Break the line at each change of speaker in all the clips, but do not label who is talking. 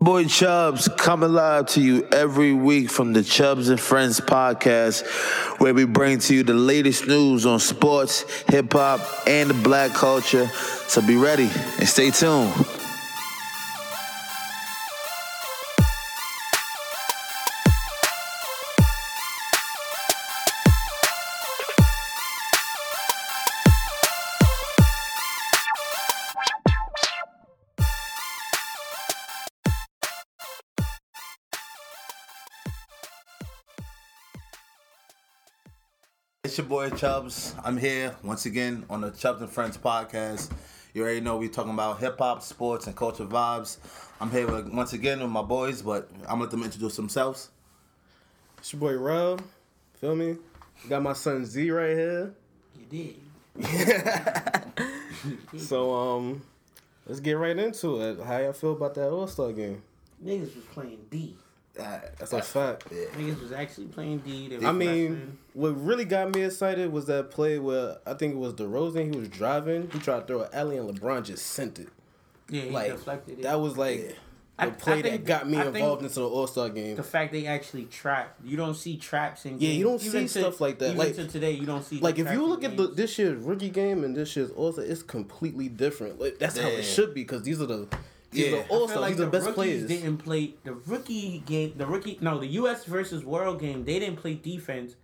Boy Chubbs coming live to you every week from the Chubbs and Friends podcast, where we bring to you the latest news on sports, hip hop, and the black culture. So be ready and stay tuned. It's your boy Chubbs. I'm here once again on the Chubbs and Friends podcast. You already know we're talking about hip hop, sports, and culture vibes. I'm here with, once again with my boys, but I'm gonna let them introduce themselves.
It's your boy Rob. Feel me? Got my son Z right here.
You did.
So um, let's get right into it. How y'all feel about that All Star game?
Niggas was playing D.
Uh,
That's a fact.
Niggas was actually playing D. They was
I mean,
flexing.
what really got me excited was that play where I think it was DeRozan. He was driving. He tried to throw an alley, and LeBron just sent it.
yeah, he
Like
deflected it.
that was like
I-
the
I
play that
think-
got me
I think
involved into the All Star game.
the fact they actually trap. You don't see traps in
Yeah, you don't
games. Even
see stuff like that.
Even
Like-
to today, you don't see.
Like if
traps
you
in
look at the,
games.
this year's rookie game and this year's All Star, it's completely different. Like, that's how
Yeah.
it should be because these are the these
Yeah. I
are
feel
All
I feel
Stars. these are the best
rookies
players.
didn't play the rookie game. The rookie no, the U.S. versus World game. They didn't play defense,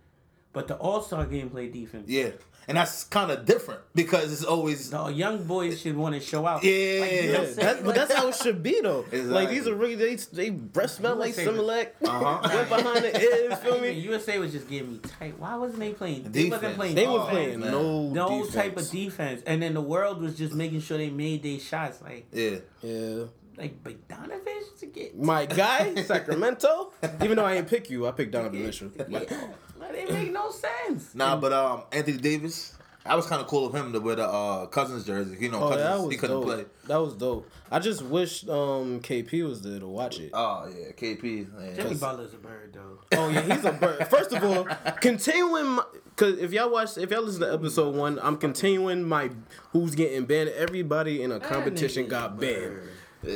but the All Star game played defense.
Yeah, and that's kind of different because it's always
The young boys should want to show out.
Yeah,
you
yeah,
know what I'm
That-
saying?
but that's how it should be though. Like
Exactly.
these are really they they breath smell
You
like
would say
Similac.
Uh-huh.
Went behind the ear, you feel
Even
me?
USA was just getting me tight. Why wasn't they playing? They
Defense.
wasn't playing.
They were
defense.
playing
man.
no,
no
defense.
type of defense, and then the world was just making sure they made their shots. Like
yeah.
Yeah,
like Bogdanovich to get.
my guy Sacramento. Even though I ain't pick you, I picked Donovan Mitchell.
Yeah,
Like,
like, they make no sense.
Nah, but um, Anthony Davis, I was kind of cool of him to wear the uh, Cousins jersey. You know,
oh, that
Cousins
was
he couldn't
dope.
play.
That was dope. I just wish um KP was there to watch it.
Oh yeah, KP.
Jimmy
Yeah.
Butler's a bird though.
Oh yeah, he's a bird. First of all, continuing my, cause if y'all watch, if y'all listen to episode one, I'm continuing my who's getting banned. Everybody in a competition
nigga's
got banned.
yeah.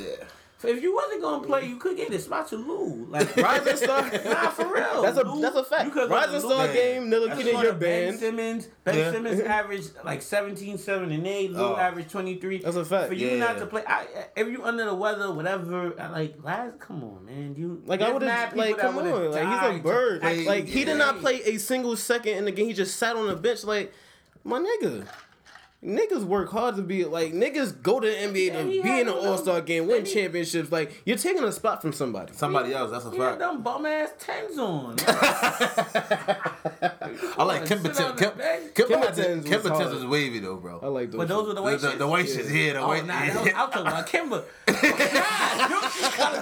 If you wasn't gonna play, you could get a spot to lose. Like
Rising star.
Nah, for real.
That's a
Lou-
that's a fact.
you could go to
Rising
Lou-
star
Man.
game, Nilla
That's
Kid,
one
you're
of Ben
banned.
Simmons. Ben
Yeah.
Simmons averaged like 17, 7, and 8. Lou
Oh.
averaged 23.
That's a fact.
For you
Yeah.
not to play, I, if you under the weather, whatever, I, like, last, come on, man. You
Like I
there's
would
mad
have
people
like
that
come
would've
on, like
died
he's a
to
bird.
actually
Like he did not
play.
play a single second in the game. He just sat on the bench like my nigga. Niggas work hard to be like niggas go to the NBA
Yeah,
to
he
be
had
in an
them-
All Star game, win
then he-
championships. Like you're taking a spot from somebody.
Somebody else. That's a
He had
fact.
them bum ass tens on.
I like Kimberton. Kim, Kimberton
Kimberton's was
Kimberton's
hard.
was wavy though,
I
bro.
like those.
but those were the
The,
white
the,
shits.
the white shit's here. The
Oh,
white.
nah, that was, I was talking about Kimber. God, oh,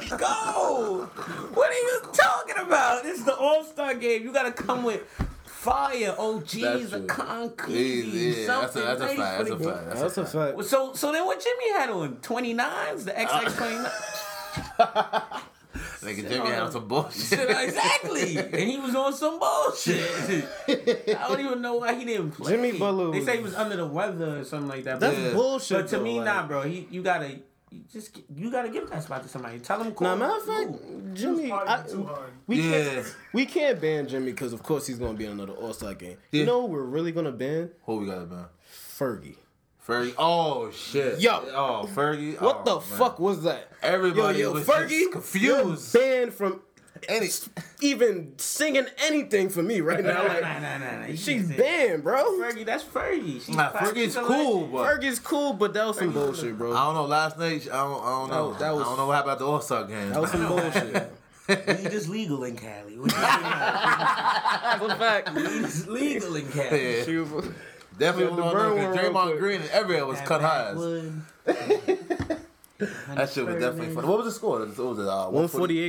you gotta go. What are you talking about? This is the All Star game. You gotta come with fire,
That's
OGs,
true.
a concrete,
Jeez, yeah, that's a
something.
that's a
nice
fact.
for
That's a
the-
fact.
That's a fact.
So, so then what Jimmy had on? 29s? The XX
Uh,
29?
Nigga, Jimmy had some bullshit.
exactly. And he was on some bullshit. I don't even know why he didn't play.
Jimmy Butler
They
was-
say he was under the weather or something like that.
That's
but-
Yeah.
bullshit.
But to
though,
me,
like-
nah, bro. He, you gotta you just gi- you gotta give that spot to somebody. Tell him.
Nah,
cool,
matter of
cool.
fact, Jimmy, I, we
Yeah.
can't we can't ban Jimmy because of course he's gonna be in another All Star game.
Yeah.
You know who we're really gonna ban
Who we got, man?
Fergie.
Fergie. Oh shit.
Yo.
Oh Fergie.
What the
Oh, man.
fuck was that?
Everybody
yo, yo,
was
Fergie,
just confused.
You're banned from
Any-
even singing anything for me right now.
Nah, nah,
Like
nah, nah, nah. You
she's
can't say
banned, bro.
that. Fergie, that's Fergie. She's
Nah,
classy,
Fergie's
she's a
cool,
legend.
but
Fergie's cool, but that was some bullshit,
I
bro.
don't know. Last night, I don't, I don't know.
That- that
I
was-
don't know what happened at the All Star game.
That was some bullshit.
Weed is legal in Cali. What you talking about?
That's a fact.
Weed is legal in Cali.
Yeah.
She was- Yeah,
Definitely was
the
on
burn
there 'cause
one real
Draymond
quick.
Green and everywhere was cut highs.
Wood.
That shit was definitely funny. What was the score? What was it? Uh, 140?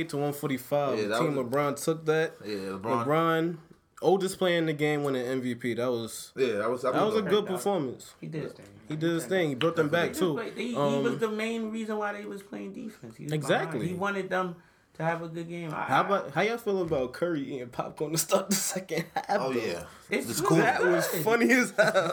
148 to 145.
Yeah, that
Team
was-
LeBron took that.
Yeah, LeBron.
LeBron, oldest player in the game, winning MVP. That was
Yeah, that was.
that was a good
that.
performance.
He did his thing.
He did his thing. He brought them back
He was,
too.
play- he, he was
Um,
the main reason why they was playing defense. He was
Exactly.
Behind. He wanted them to have a good game. I,
how about how y'all feel about Curry eating popcorn to start the second half?
Oh
though?
yeah.
It's
It's
good.
cool.
That
It was funny as hell.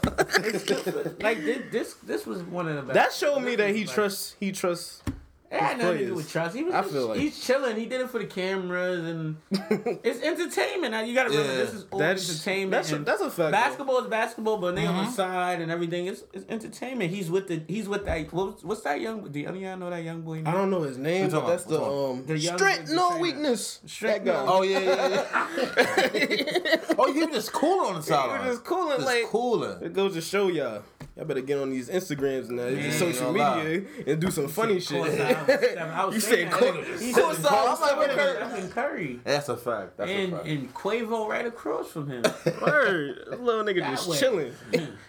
like this, this, this was one of the best.
That showed me
This
that he
was like-
trusts he trusts
It had nothing to do
players.
with trust. He was
I
just,
feel like-
he's chilling. He did it for the cameras and it's entertainment. Now you got to remember
Yeah.
this is all
That's-
entertainment.
that's a-
and
that's a fact, though.
Basketball is basketball, but they on the side and everything. It's, it's entertainment. He's with the he's with that. What's, what's that young? Do any of y'all know that young boy?
I don't know his name,
Who's
but
on?
that's the
Who's on?
um
The young
strength,
dude
no
saying
weakness.
Strength,
that guy.
no-
Oh yeah, yeah, yeah. oh, you just cool on the sideline.
just cooling,
Just
like-
cooling.
It goes to show y'all. Y'all better get on these Instagrams and that
Man,
social
you know
media and do some funny shit.
you
You said quarters. Courtside, I'm like, wait a minute.
Stephen Curry.
That's a fact. That's
And
a fact.
and Quavo right across from him.
Word, This little nigga
That
just
way.
chilling.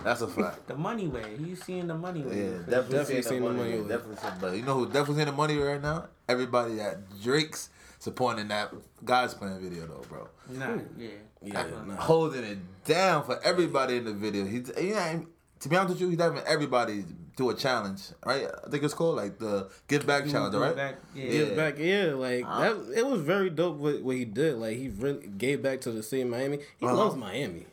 That's a fact.
The money way. He's seeing the money
Yeah,
way.
definitely,
Definitely
seen the money.
over.
Definitely seen, but you know who definitely seen the money right now? Everybody at Drake's supporting that guys playing video though, bro.
Nah, yeah.
Yeah, nah.
Holding it down for everybody in the video. He, he ain't- to be honest with you, he's having everybody do a challenge, right? I think it's called like the give back challenge,
Go
right?
back, yeah.
Yeah.
Back yeah, like that. It was very dope what, what he did. Like he really gave back to the city of Miami. He loves Miami.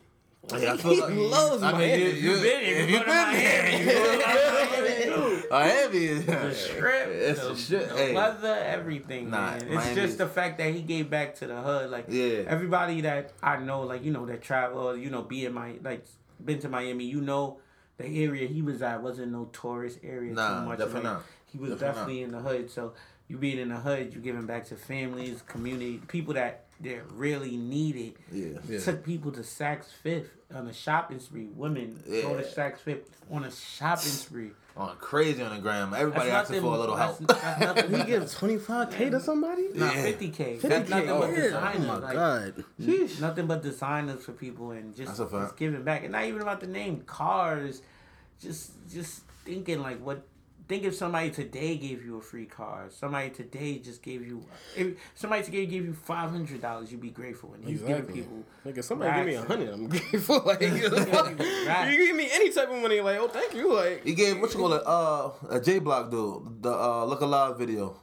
Yeah, I
He loves
I mean,
Miami.
you, you,
You've been here.
if
You
you've
go
been
to Miami, you
there,
go
you-
to Miami, too.
Miami is the
The strip,
It's
the,
the shit.
the
hey.
weather, everything.
Nah,
man. It's
Miami-
just the fact that he gave back to the hood. Like
Yeah.
everybody that I know, like you know that travel, or, you know, be in my like been to Miami, you know, the area he was at wasn't no tourist area
Nah,
too much.
definitely
Like,
not.
He was
Definitely
definitely in the hood. So you being in the hood, you giving back to families, community, people that that really needed.
Yeah.
Yeah.
Took people to Saks Fifth on a shopping spree. Women go to
Yeah.
Saks Fifth on a shopping spree.
On crazy on the gram. Everybody
That's
asking
nothing-
for a little
that's-
help.
that's nothing
He gives twenty five k to somebody.
Nah,
Yeah.
50K.
50K.
That's nothing
Oh,
but
yeah.
designers.
Oh, my
like,
god.
Nothing but designers for people and just,
That's a fact.
just giving back. And not even about the name, cars. Just just thinking like what think if somebody today gave you a free car. Somebody today just gave you if somebody today gave you five hundred dollars, you'd be grateful. And he's
Exactly.
giving people
Nigga, somebody give me a
racks.
hundred. I'm grateful. Like, you give me any type of money, like, oh, thank you. Like,
He gave what you call it, uh, a J Block dude, the uh, look alive video.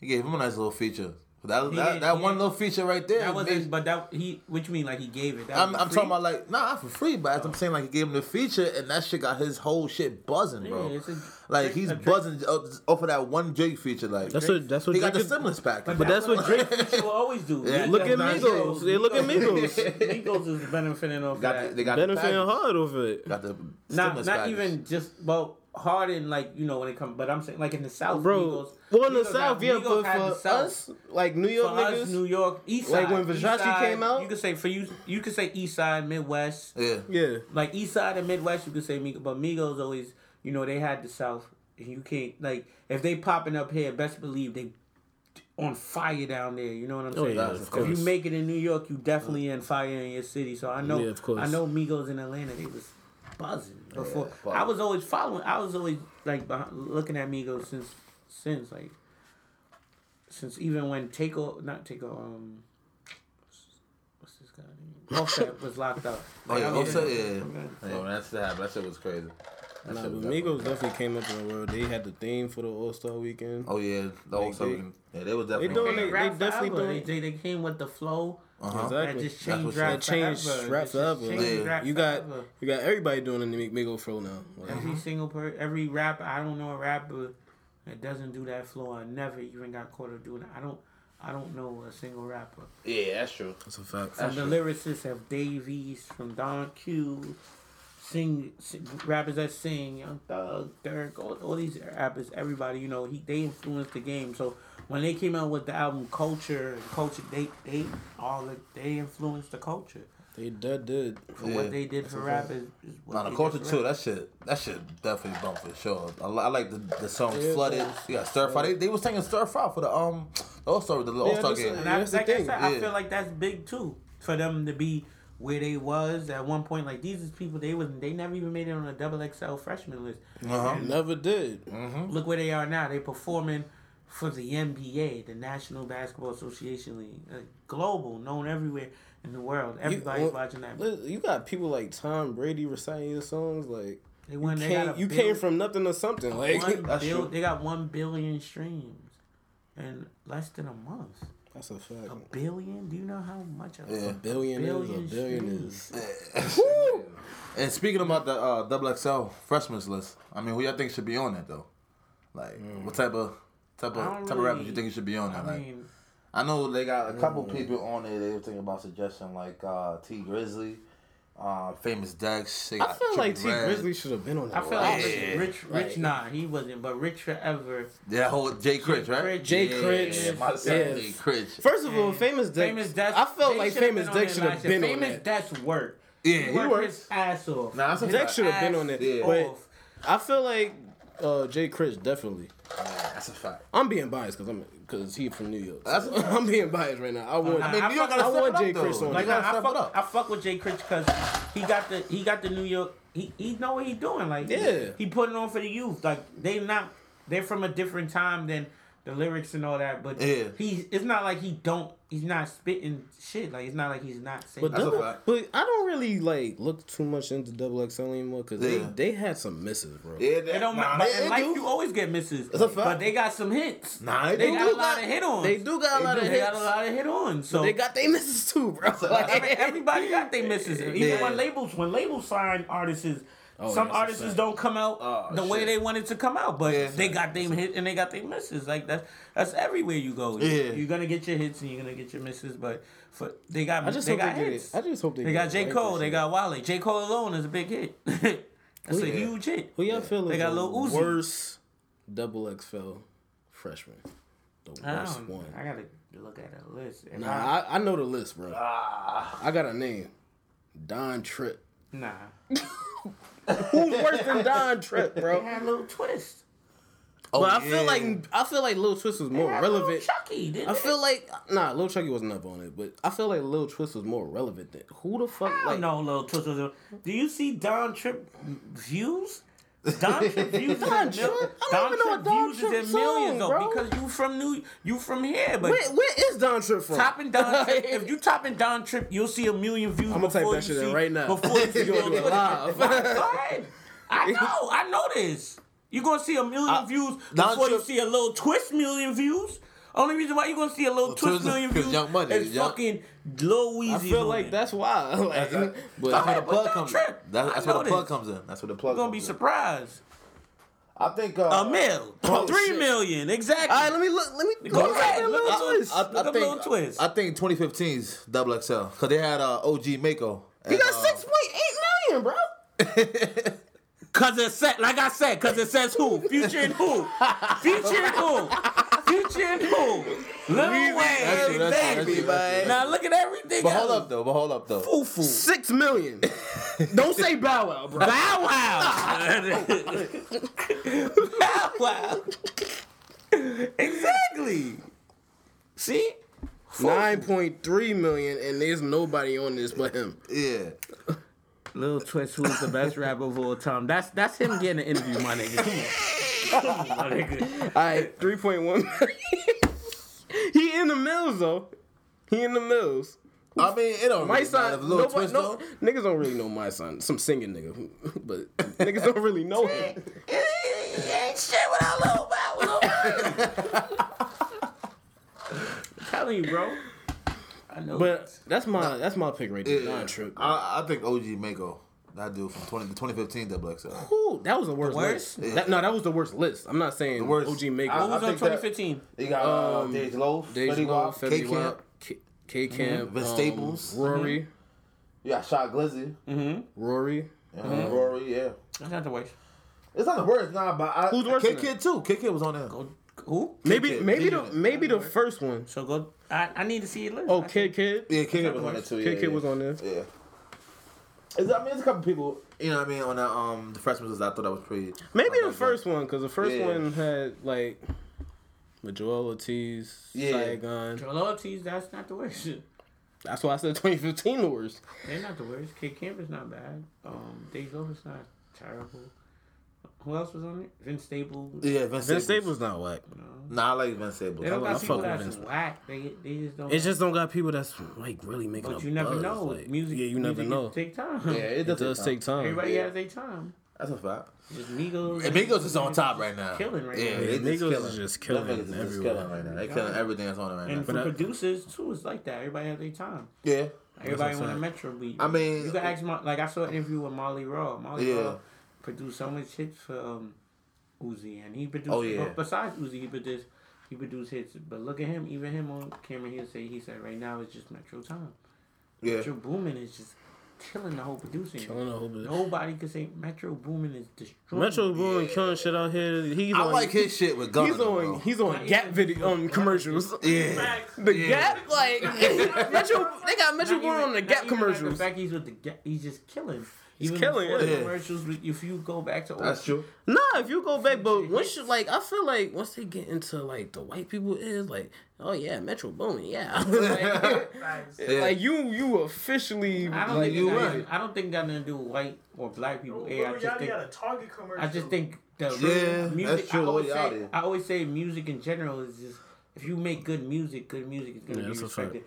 He gave him a nice little feature. That that,
did,
that
he
one
did.
little feature right there.
that
made-
wasn't but that he what you mean like he gave it. That
I'm,
was
I'm
free? Oh.
talking about like nah, not for free, but as I'm saying like he gave him the feature and that shit got his whole shit buzzing, bro.
Yeah, it's a-
like
it's
he's
a drink.
buzzing off off of that one Drake feature. Like
That's what- that's what
he got
Drake
the
is-
stimulus pack.
But that's what Drake.
Which you always do.
Yeah.
Look at
That's
Migos. They look at Migos.
Migos is benefiting off
got
that.
the, they got the
Benefiting
package.
hard over it.
Got the
not
stimulus
not
package.
even just well hard in like you know when it comes but I'm saying like in the south
Bro,
Migos,
well, in the
Migos
South,
had-
yeah, but
Migos had the
for
South.
us, like New
for
York
us New
niggas,
York East
like
Side,
when
East
Versace
Side,
came out?
you could say for you you could say East Side Midwest
yeah.
yeah.
like East Side and Midwest you could say Migos but Migos always you know they had the South and you can't like if they popping up here best believe they on fire down there you know what I'm saying
Oh, yeah,
of
if
course.
you make it in New York you definitely in fire in your city so I know
Yeah, of course.
I know Migos in Atlanta they was buzzing before.
buzzing.
I was always following. I was always like behind, looking at Migos since since like since even when Takeo not Takeo um what's this guy name Offset was locked up.
Oh yeah,
Like, I was-
Offset, yeah.
Okay.
Yeah, when that's that happened. That shit was crazy. That
Nah,
shit
but
was
Migos definitely came up in the world. They had the theme for the All Star Weekend.
Oh yeah, the whole
they-
Southern. Yeah, they was definitely.
doing it-
Rap
they definitely
forever.
doing-
They, they came with the flow.
Uh-huh.
That
Exactly.
just
That's
changed
what's
rap
up.
That changed
forever.
rap
It just
forever.
changed
Yeah.
rap
You got Mm-hmm.
forever.
you got everybody doing the Mi- Migo fro now. Like,
every single per every rapper. I don't know a rapper that doesn't do that flow. I never even got caught up doing it. I don't. I don't know a single rapper.
Yeah, that's true.
That's a fact.
From the lyricists of Davies, from Don Q, sing, sing rappers that sing, Young Thug, Dirk, all, all these rappers, everybody, you know, he they influenced the game. So when they came out with the album Culture and Culture, they they all the, they influenced the culture.
They did did.
For
Yeah,
what they did for rap is, is what
On the
they
culture
did for
too,
rap.
that shit, that shit definitely bumped for sure. I, li- I like the, the song
Yeah,
"Flooded."
yeah.
You got "Stir Fry." They, they was singing "Stir Fry" for the um the All Star the All Star
that's-
game.
yeah.
And I,
that's the
like I
thing,
said, I
yeah.
feel like that's big too for them to be where they was at one point. Like these is people they was they never even made it on a double XL freshman list.
Uh-huh.
Never did.
Look where they are now. They performing for the NBA, the National Basketball Association League, uh, global, known everywhere in the world. Everybody's
well,
watching that.
Look, You got people like Tom Brady reciting your songs. Like
They went.
you
They got
came,
a
you
bill-
came from nothing to something. Like
One
That's
bill,
true.
they got one billion streams in less than a month.
that's a fact.
A billion? Do you know how much? A,
Yeah.
A billion,
Billion
is a billion is.
And speaking about the uh, double XL freshman's list, I mean, who y'all think should be on that though? Like, what type of type
I don't
of type of rappers
really-
you think you should be on
I
there? Like,
mean,
I know they got a couple people on there. They were thinking about suggestion like uh, T Grizzly, uh, Famous Dex. They
I
got
feel
Trippie
like T
Redd.
Grizzly should have been on that.
I feel
list.
like
Yeah.
Rich, Rich,
Right.
Rich nah, he wasn't, but Rich forever.
That whole Jay Critch, right?
Critch.
Jay
yeah,
Critch.
my son
Yeah.
Jay Critch.
First of all,
Yeah.
famous Dex.
Famous Dex.
I felt
they
like
should've
famous
on
Dex
there
should have
last year.
been on
Famous
that.
Dex work.
Yeah, he
worked
worked.
his ass off.
Nah, that's a
Dex
fact.
should have been on it.
Yeah.
But
Off.
I feel like uh, Jay Critch definitely.
Yeah, that's a fact.
I'm being biased because I'm because he from New York.
That's-
So I'm being biased right now. I want.
nah,
I mean,
I
New York
fuck-
gotta
I
step
want
it up,
Jay
though.
Critch on
You
Like
there.
gotta
I, I
step it
fuck,
up.
I fuck with Jay Critch because he got the he got the New York. He he know what he doing. Like
Yeah.
he, he putting on for the youth. Like they not they're from a different time than the lyrics and all that. But
Yeah.
he's it's not like he don't he's not spitting shit. Like it's not like he's not saying.
But,
That's a
double-
fact.
but I don't really like look too much into Double XL anymore because
Yeah.
they, they had some misses, bro.
Yeah,
It don't matter.
they- they
Like
do.
you always get misses.
a fact.
But they got some hits.
Nah, they
they,
do.
got a
You
lot
got-
of hit ons.
They do got a lot of
They
hits.
got a lot of hit ons. So
They got their misses too, bro. Like,
I mean, everybody got their misses. Even
Yeah.
when labels when labels sign artists, is- some
that's a
artists
fact.
don't come out
Oh,
the way
shit.
they wanted to come out, but
Yeah.
they got their hit and they got their misses. Like that's that's everywhere you go. You-
Yeah.
You're gonna get your hits and you're gonna get your misses, but for they got
I just
they
hope
got
they get it.
hits.
I just hope they.
they
get
got
it
J.
right
Cole,
this
they
year.
got Wale. J. Cole alone is a big hit. that's a
Yeah.
huge hit.
Who y'all feel
They
is
got
the
Lil Uzi.
worst Double XL freshman? The
I don't
worst
know.
one.
I gotta look at a list. If
Nah,
I-
I, I know the list, bro.
Ah,
I got a name. Don Tripp.
nah.
Who's worse than Don Tripp,
They
bro?
had Lil Twist.
oh,
but I
yeah.
feel like I feel like Lil Twist was
They
more
had Lil
relevant.
Chucky, didn't
I
they?
feel like nah, Lil Chucky wasn't up on it, but I feel like Lil Twist was more relevant than who the fuck
I
like
don't know, little twist. was- Do you see Don Trip views? Don Trip views.
Don
is in mil-
Tripp? I don't even know what Don
views
Tripp
is in millions
song,
though,
bro.
because you from New, you from here, but.
Where, where is Don Tripp from?
Topping Don Trip. If you top in Don Trip, you'll see a million views.
I'ma type
before
that
you
shit in
see-
right now.
Before you see
You gonna
it on
do it
Twitter.
live.
Go ahead. I know. I know this. You're gonna see a million views
Don
before you
Tripp-
see a little twist million views. Only reason why you're gonna see a little twist
Twist is-
million
'cause
views
Young Money
is
is Young-
fucking Lil Weezy.
I feel like
that's.
that's why. Like,
That's-
but
that's where the
but
plug
Don
comes. in.
Tripp,
That's,
I
that's where the
know
plug
this.
comes in. That's where the plug.
You're gonna be
comes in.
surprised.
I think uh,
A mil,
Oh,
three
shit.
million, exactly.
All right, let me look. Let me
Go
go
ahead,
back to
look
Lil
up-
Twist.
I, I
Look up Lil
think
Twist.
I think 2015's double XL because they had uh, OG Mako. uh,
You got six point eight million, bro.
Cause it said, like I said, cause it says who, future and who, future and who, future and who, Lil Wayne,
That's
exactly.
true, that's true, that's true, that's true.
Now look at everything.
But hold
else.
up though. But hold up though.
Foo-foo.
Six million. Don't say Bow Wow, bro.
Bow Wow. Bow Wow. exactly. See,
Nine point three million, and there's nobody on this but him.
Yeah.
Lil Twist, who's the best rapper of all time? That's that's him getting an interview, my nigga. Come on, Come on, my nigga.
All right, three point one million. he in the mills though. He in the mills.
I mean, it don't.
My
really matter
son,
if Lil
nobody,
Twist
no,
though.
niggas don't really know my son. Some singing nigga, but niggas don't really know him.
ain't shit without Lil Bow telling you, bro. I know.
But Uh, that's my that's my pick right there. Don Tripp. bro.
I, I think OG Mako. That dude from 20, the 2015 double XL.
Ooh, that was the worst,
worst?
list. That, no, that was the worst list. I'm not saying
worst.
OG Mako.
I-
what was
I
on
think that-
2015?
They got um, Dej Loaf,
Deja
Fetty Wap, K Camp.
K Camp,
Vince Staples.
Rory,
Mm-hmm.
You got Shot Glizzy,
Rory.
and Rory. Yeah,
That's not the worst.
it's not the worst, nah. But I,
Who's worse
K
than
Kid too. K Kid was on there.
Go, Oh, who?
Maybe
Kid,
maybe
Kid
the
Unit.
maybe the first one.
So go. I, I need to see a list.
Oh,
I-
Kid Kid.
Yeah, K Kid
not
was
the
on there
worst.
too.
Kid
yeah,
Kid
yeah.
was on there.
Yeah. It's, I mean, it's a couple people, you know what I mean, on the, um, the freshman list, I thought that was pretty.
Maybe
I
the
like
first one because the first
Yeah.
one had like. With Joel Ortiz,
Yeah.
Saigon.
Joel Ortiz, that's not the worst.
That's why I said 2015 the worst.
They're not the worst. Kid Camp is not bad. Um, Dave Loaf is not terrible. Who else was on it? Vince Staples.
that. Yeah,
Vince
Vince, Staples.
Staples not whack.
Nah, I like Vince
They don't
Staples.
I
got
fuck
people
with
that's
Vince.
whack. They they just don't.
It just don't got people that's like really making.
But
a
you never
buzz,
know.
like-
music.
Yeah, you never
music
know.
Take time.
Yeah, it
It
does,
does take time.
Everybody
Yeah.
has their time.
That's a fact.
Just Migos.
And Migos is on top right now.
Killing right
yeah,
now.
they
Yeah,
just
Migos
killing.
is just
Them
killing
niggas is just
everywhere.
killing right now. They killing everything that's on it right
And
now.
for
But I-
producers too, it's like that. Everybody has their time.
Yeah.
Everybody
what
want a
I'm
Metro beat.
I mean-
you can ask my like I saw an interview with Molly Raw. Molly
Yeah.
Raw produced so much hits for um, Uzi, and he produced.
Oh, yeah.
Besides Uzi, he produced He produced hits, but look at him. Even him on camera, he'll say he said right now it's just Metro time.
Yeah.
Metro Boomin is just killing the whole producing.
Killing the whole bit.
Nobody could say Metro Boomin is destroying.
Metro
it.
Boomin killing shit out here. He's
I
on,
like his shit with Gunna.
He's on.
bro.
He's on Gap video um, commercials.
yeah.
The
Yeah.
Gap, like Metro, they got Metro
Not even-
Boomin on the
not
Gap
even at
commercials.
The fact he's with the Gap, he's just killing. He's
killing,
before the
yeah.
commercials. with- If you go back to
That's true.
Nah, if you go back, but once you like, I feel like once they get into like the white people is like, oh yeah, Metro Boomin, yeah, like,
Facts.
Yeah.
like, you you officially
I don't
like,
think
you
it got
right.
nothing- I don't think it got nothing to do with white or black people.
Bro,
Hey, I
y'all
just think
got a Target commercial.
I just think the
Yeah,
music.
that's true.
I always,
We out
say,
here.
I always say music in general is just if you make good music, good music is gonna
Yeah,
be
that's a fact.
respected.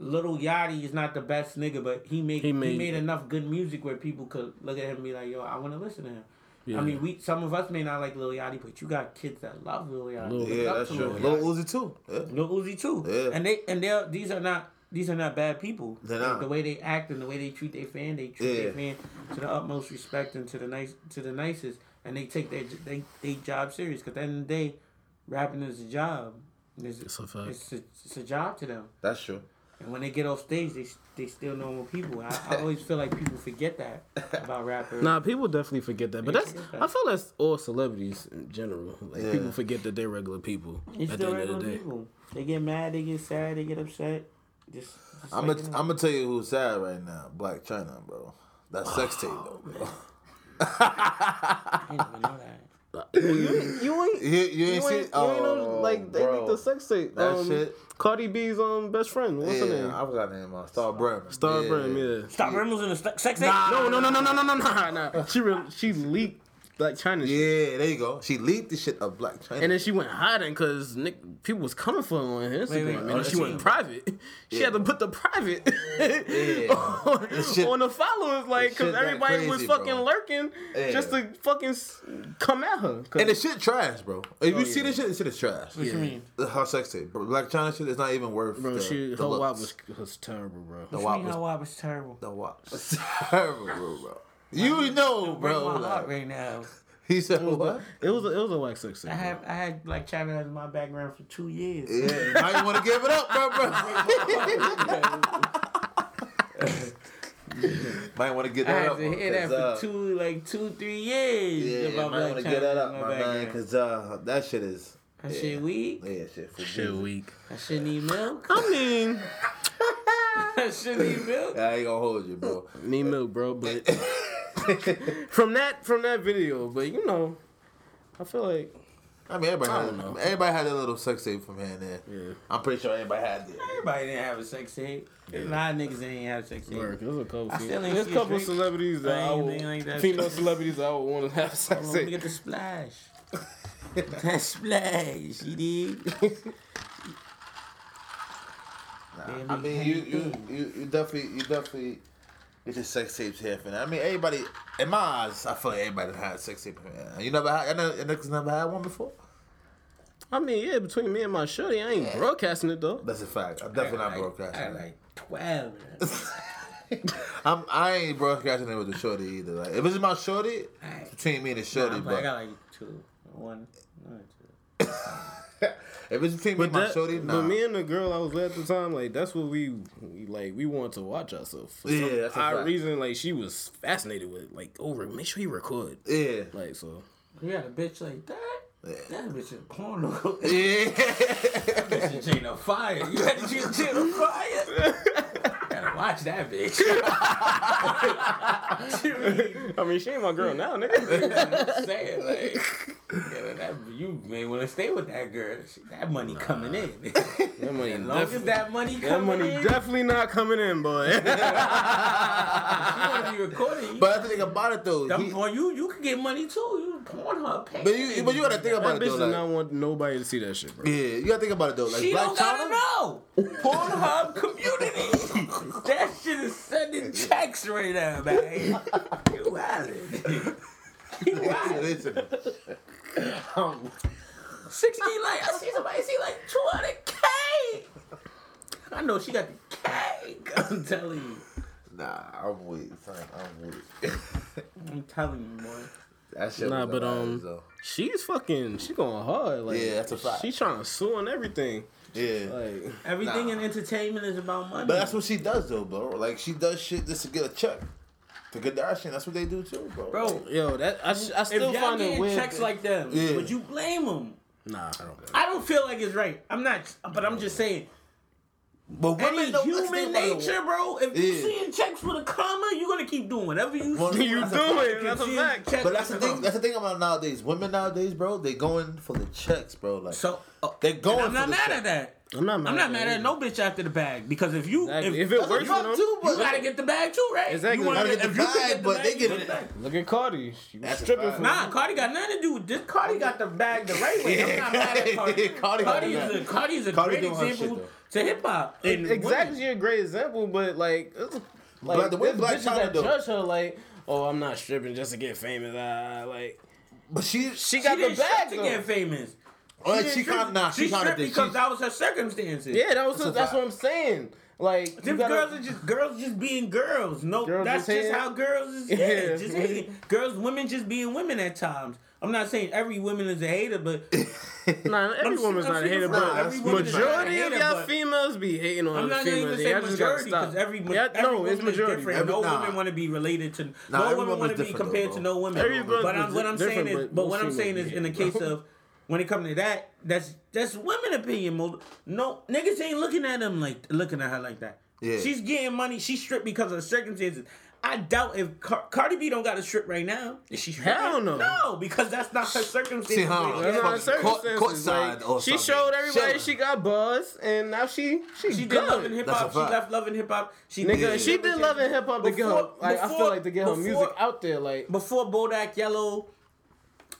Little Yachty is not the best nigga, but he made
He
he made,
made-
enough good music where people could look at him and be like, "Yo, I want to listen to him."
Yeah.
I mean, we some of us may not like Lil Yachty, but you got kids that love Lil Yachty.
Lil-
Look
Yeah,
up
that's
to
true.
Lil
Lil
Yachty.
Uzi too. Yeah.
Lil Uzi too.
Yeah.
And they and they are these are not these are not bad people.
They're not.
Like, the way they act and the way they treat their fan, they treat
Yeah.
their fan to the utmost respect and to the nice to the nicest, and they take their they they job serious. Cause at the end of the day, rapping is a job. It's,
It's a fact.
It's a, it's a job to them.
That's true.
And when they get off stage, they they still normal people. I, I always feel like people forget that about rappers.
Nah, people definitely forget that, but
They
that's
forget that.
I feel that's all celebrities in general. Like
Yeah.
people forget that they're regular people
it's
at the
still
end of
regular
the day.
people. They get mad. They get sad. They get upset. Just, just
I'm
like
gonna
them.
I'm gonna tell you who's sad right now. Black China, bro. That sex tape, though. Bro.
I didn't even know that.
you, you ain't.
You, you
You
ain't seen?
ain't, you ain't know, like they
Oh, bro.
leaked the sex tape.
That
um,
shit.
Cardi B's um best friend. What's her
Yeah,
name?
I forgot her name. uh, Star Brim.
Star Brand. Yeah.
Stop Reynolds in the sex sex
No, no, no, no, no, no, no, no, no. She re- she leaked like China, shit.
Yeah, there you go. She leaked the shit of Black China.
and then she went hiding because Nick people was coming for her on Instagram,
wait,
and
oh,
then she
she-
went private. She had to put the private on,
That shit-
on the followers, like
shit
because
got
everybody was
crazy,
fucking
bro.
lurking
Yeah.
just to fucking s- come at her. 'Cause-
And the shit trash, bro. If you see
Oh, yeah.
this shit, the shit is trash.
What you mean?
Her sex tape, bro. Black China shit is not even worth.
bro,
the,
she
the
her
looks.
wop was, was terrible, bro.
The
What
wop
you mean
was
how wop is terrible?
the wop was terrible, bro. You know,
Break
bro.
my heart
like-
right now.
he said what?
It was a, it was a wax sex. tape,
I
bro.
have I had Black China as my background for two years.
Yeah, now you want to give it up, bro, bro. Might want to get
I
that
had
up.
to hear that
bro,
for
'cause, uh,
two like two three years.
Yeah,
about
might
Blac
want to
Chyna
get that
as
up, my man,
background.
because uh, that shit is.
That shit weak.
Yeah, shit. For
Shit
Jesus.
weak.
I shouldn't need milk.
I mean,
I shouldn't need milk.
I ain't gonna hold you, bro.
need milk, bro. But from that from that video, but you know, I feel like
I mean, everybody
I
had,
don't know.
everybody had a little sex tape from here and there.
yeah,
I'm pretty sure everybody had it.
Everybody didn't have a sex tape. A lot of niggas ain't have sex tape.
There's a couple.
I
fe-
still ain't
There's a
see
couple
Drake
celebrities that I
or
would,
anything like that.
female celebrities I would want to have sex
Hold on, let me
with.
get the splash. that splash, you dig?
I mean, you, you you you definitely you definitely get your sex tapes here for that. I mean, everybody in my eyes, I feel like everybody had sex tape. from here. You never had, I know, niggas never had one before.
I mean, yeah, between me and my shorty, I ain't broadcasting it though.
That's a fact. I'm definitely not
I-
broadcasting.
I
that.
like twelve.
I'm I ain't broadcasting it with the shorty either. Like if it's my shorty, it's between me and the
Nah,
shorty,
I'm like, I
but
got like two, one, one, two.
if it's between me and my
that-
shorty, nah.
but me and the girl I was with at the time, like that's what we, we like. We wanted to watch ourselves. For some
Yeah, that's a
odd
fact.
reason, like she was fascinated with, like, oh, re- make sure you record,
yeah,
like so.
You got a bitch like that?
yeah.
That bitch is porno. that
Yeah.
bitch is chain of fire. You got the chain- chain of fire. Gotta watch that bitch. She really-
I mean, she ain't my girl now, nigga.
I'm saying like, yeah, that, you may want to stay with that girl. She- That money coming in.
That money,
As long as
defi-
that money
that
coming
money
in,
definitely not coming in, boy.
you wanna be recorded. You
But I think about it though.
Them
he-
boy, you you could get money too. You porn her pay.
but you but you gotta think about
That
it
bitch
though.
does
Like,
not want nobody to see that shit, bro.
yeah, you gotta think about it though. Like
She
Black
don't gotta
China,
know. Pornhub community. that shit is sending checks right now, man. You wildin'. You wildin'.
Listen, Um,
Sixteen like I see somebody see like two hundred K. I know she got the cake. I'm telling you.
nah, I'm weak, son. I'm weak.
I'm telling you, boy.
That shit
Nah,
was
but
hilarious,
um,
though.
she's fucking, she going hard. Like,
Yeah, that's a fact.
She trying to sue and everything.
Yeah.
Like,
Everything
Nah.
in entertainment is about money.
But that's what she does though, bro. Like she does shit just to get a check. To get that shit. That's what they do too, bro.
bro.
yo, that I, sh- I
If
still
y'all
find
getting
it weird.
checks like them,
Yeah.
would you blame them?
nah, I don't.
I don't feel like it's right. I'm not, but I'm just saying.
But women
Any
don't
human nature, bro. If you
Yeah.
seeing checks with a comma, you're gonna keep doing whatever you.
Well,
see.
you
If
do
it,
you
that's a
see
fact.
checks
But that's the
with
thing.
comma.
That's the thing about nowadays. Women nowadays, bro, they going for the checks, bro. Like
so uh,
They're going
and I'm not
for the
mad
check.
at that.
I'm not mad
I'm
at
not mad
that
at no bitch after the bag because if you
Exactly.
if,
If it
That's
works
what
for
I'm
them,
too, but
you gotta get the bag too, right?
Exactly.
You wanna-
Gotta get the
if you could
bag,
get the
but they
you
get
get
it-
the bag.
Look at Cardi. She was
That's a
stripping
fact.
for
Nah, Cardi got nothing to do with this. Cardi got the bag the right way. I'm not mad at Cardi.
Yeah,
Cardi,
Cardi got the
is a,
bag.
Cardi is a
Cardi
great
doing her shit,
example to hip hop. and women.
Exactly, you're a great example, but like, it's- like
But the way
there's
Black
bitches
China
that
do it.
judge her like, oh, I'm not stripping just to get famous. Ah, like
But she
she
she
got
She
the
didn't
bag
strip
though.
to get famous.
oh,
didn't
she
strip-
kind nah, she
she
kind of
stripped
did.
because
She-
that was her circumstances.
Yeah, that was
That's a
that's
fact.
what I'm saying. Like, you
Them
gotta-
girls are just girls just being girls. No,
Girls
that's
just
just,
hating?
how girls is. Yeah,
Yeah.
just hating. girls, women just being women at times. I'm not saying every woman is a hater, but
Nah, every
I'm-
woman's
I'm
not a
super
hater,
proud.
but
Every
that's-
woman is not a
majority
hater,
of y'all
but-
females be hating on
I'm
the
not gonna even
females.
say
Y'all just gotta
majority because
stop.
every, ma-
Yeah,
every
no,
woman
it's
Is
majority.
different. no
Every- nah.
women want to be related to.
Nah, every
no women
woman
want
is
to be
different though,
compared
bro.
to no women.
Every woman
but I'm,
is
what I'm saying
different,
is,
but
but what
most
I'm saying
females
is, in the
be hating,
case of when it comes to that, that's that's women opinion. Mo- No niggas ain't looking at them like looking at her like that.
Yeah.
She's getting money. She's stripped because of circumstances. I doubt if Car- Cardi B don't got a strip right now. Is she stripping?
Hell no.
No, because that's not her circumstances.
See, huh?
right
That's
now.
not
Fucking
certain
court-
senses,
courtside
like,
or
she
something.
showed everybody
Chilling.
she got buzz, and now she she,
She did
good.
love and hip
That's a
hop. She
fact.
left love and hip hop. She
Nigga, she did
everything.
love and hip hop to get her.
Before-
Like, I feel
before-
like to get her music
before-
out there. Like,
before Bodak Yellow,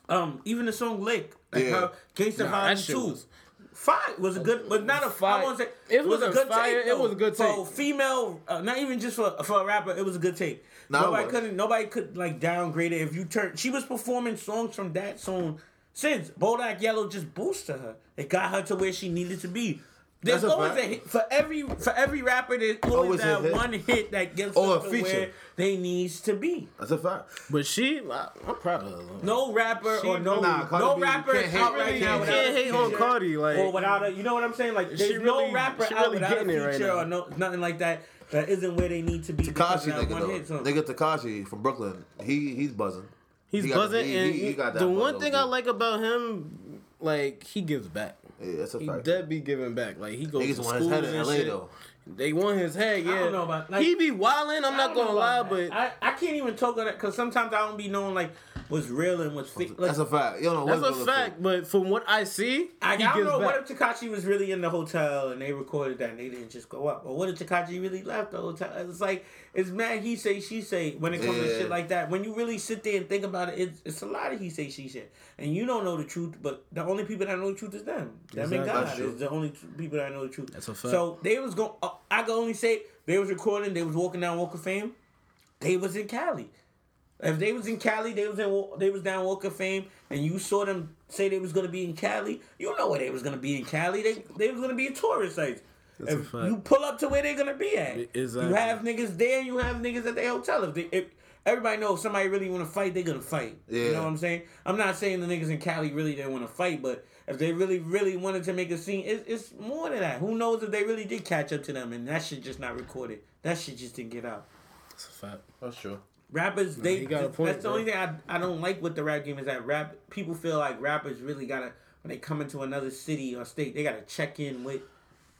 um, even the song Lick, like
Yeah.
her Gangsta
Nah, that
Vibes
shit
Two,
was-
Fire was a good, but not a fire.
Fire.
I won't say
It was a fire- it
though.
was a good
For
take.
female, uh, not even just for for a rapper, it was a good take.
Nah, it
nobody
was.
couldn't, nobody could like downgrade it if you turn. She was performing songs from that song since Bodak Yellow just boosted her. It got her to where she needed to be. There's
That's a
always a,
fact.
hit for every for every rapper. There's always,
Always a
that
hit.
one hit that gets
Or
them
a
to
feature.
where they needs to be.
That's a fact.
but she, I, I'm proud of her.
No rapper or no
Nah, Cardi
no
B, you
rapper
can't
is
hate-
out
you
right
can't
now
hate-
without
can't
a
hate on
feature
Cardi, like-
or without a you know what I'm saying like there's
really-
no rapper
she
out
really
without a
getting it right
feature
now.
or no nothing like that that isn't where they need to be. because
Takashi
of that
nigga
one hit
though.
song.
Nigga Takashi from Brooklyn. He he's buzzing.
He's
He got-
buzzing,
he-
and
he- he got that
the
buzz
one
on
thing
him.
I like about him, like he gives back.
Yeah, that's a
He
fact.
dead be giving back. Like he goes
Niggas
to
want his
school
head
and
in LA
shit.
though.
They want his head. Yeah,
don't know about- like-
he be wilding. I'm
I
not
don't
gonna
know
lie,
about
but
that. I, I can't even talk on that because sometimes I don't be knowing like what's real and what's fake. Like,
That's a fact. You don't know
that's
what's
a
going on.
fact. But from what I see,
I, I
he
don't
gives
know
back.
what if Takashi was really in the hotel and they recorded that and they didn't just go up, or what if Takashi really left the hotel? It's like it's mad he say she say when it comes to
Yeah.
shit like that. When you really sit there and think about it, it's, it's a lot of he say she shit, and you don't know the truth. But the only people that know the truth is them. Them
Exactly.
and
That's
God
true.
is the only t- people that know the truth.
That's a fact.
So they was going. Uh, I can only say they was recording. They was walking down Walk of Fame. They was in Cali. If they was in Cali, they was in they was down Walk of Fame, and you saw them say they was gonna be in Cali. You know where they was gonna be in Cali. They they was gonna be in tourist sites.
a
If
fact.
you pull up to where they're gonna be at.
Exactly.
You have niggas there. You have niggas at their hotel. If, they, if everybody knows somebody really want to fight, they gonna fight. You
Yeah.
know what I'm saying? I'm not saying the niggas in Cali really didn't want to fight, but if they really really wanted to make a scene, it's, it's more than that. Who knows if they really did catch up to them and that shit just not recorded. That shit just didn't get out.
That's a fact.
That's true.
Rappers, they
you got a point,
that's the
bro.
only thing I, I don't like with the rap game is that rap people feel like rappers really gotta when they come into another city or state they gotta check in with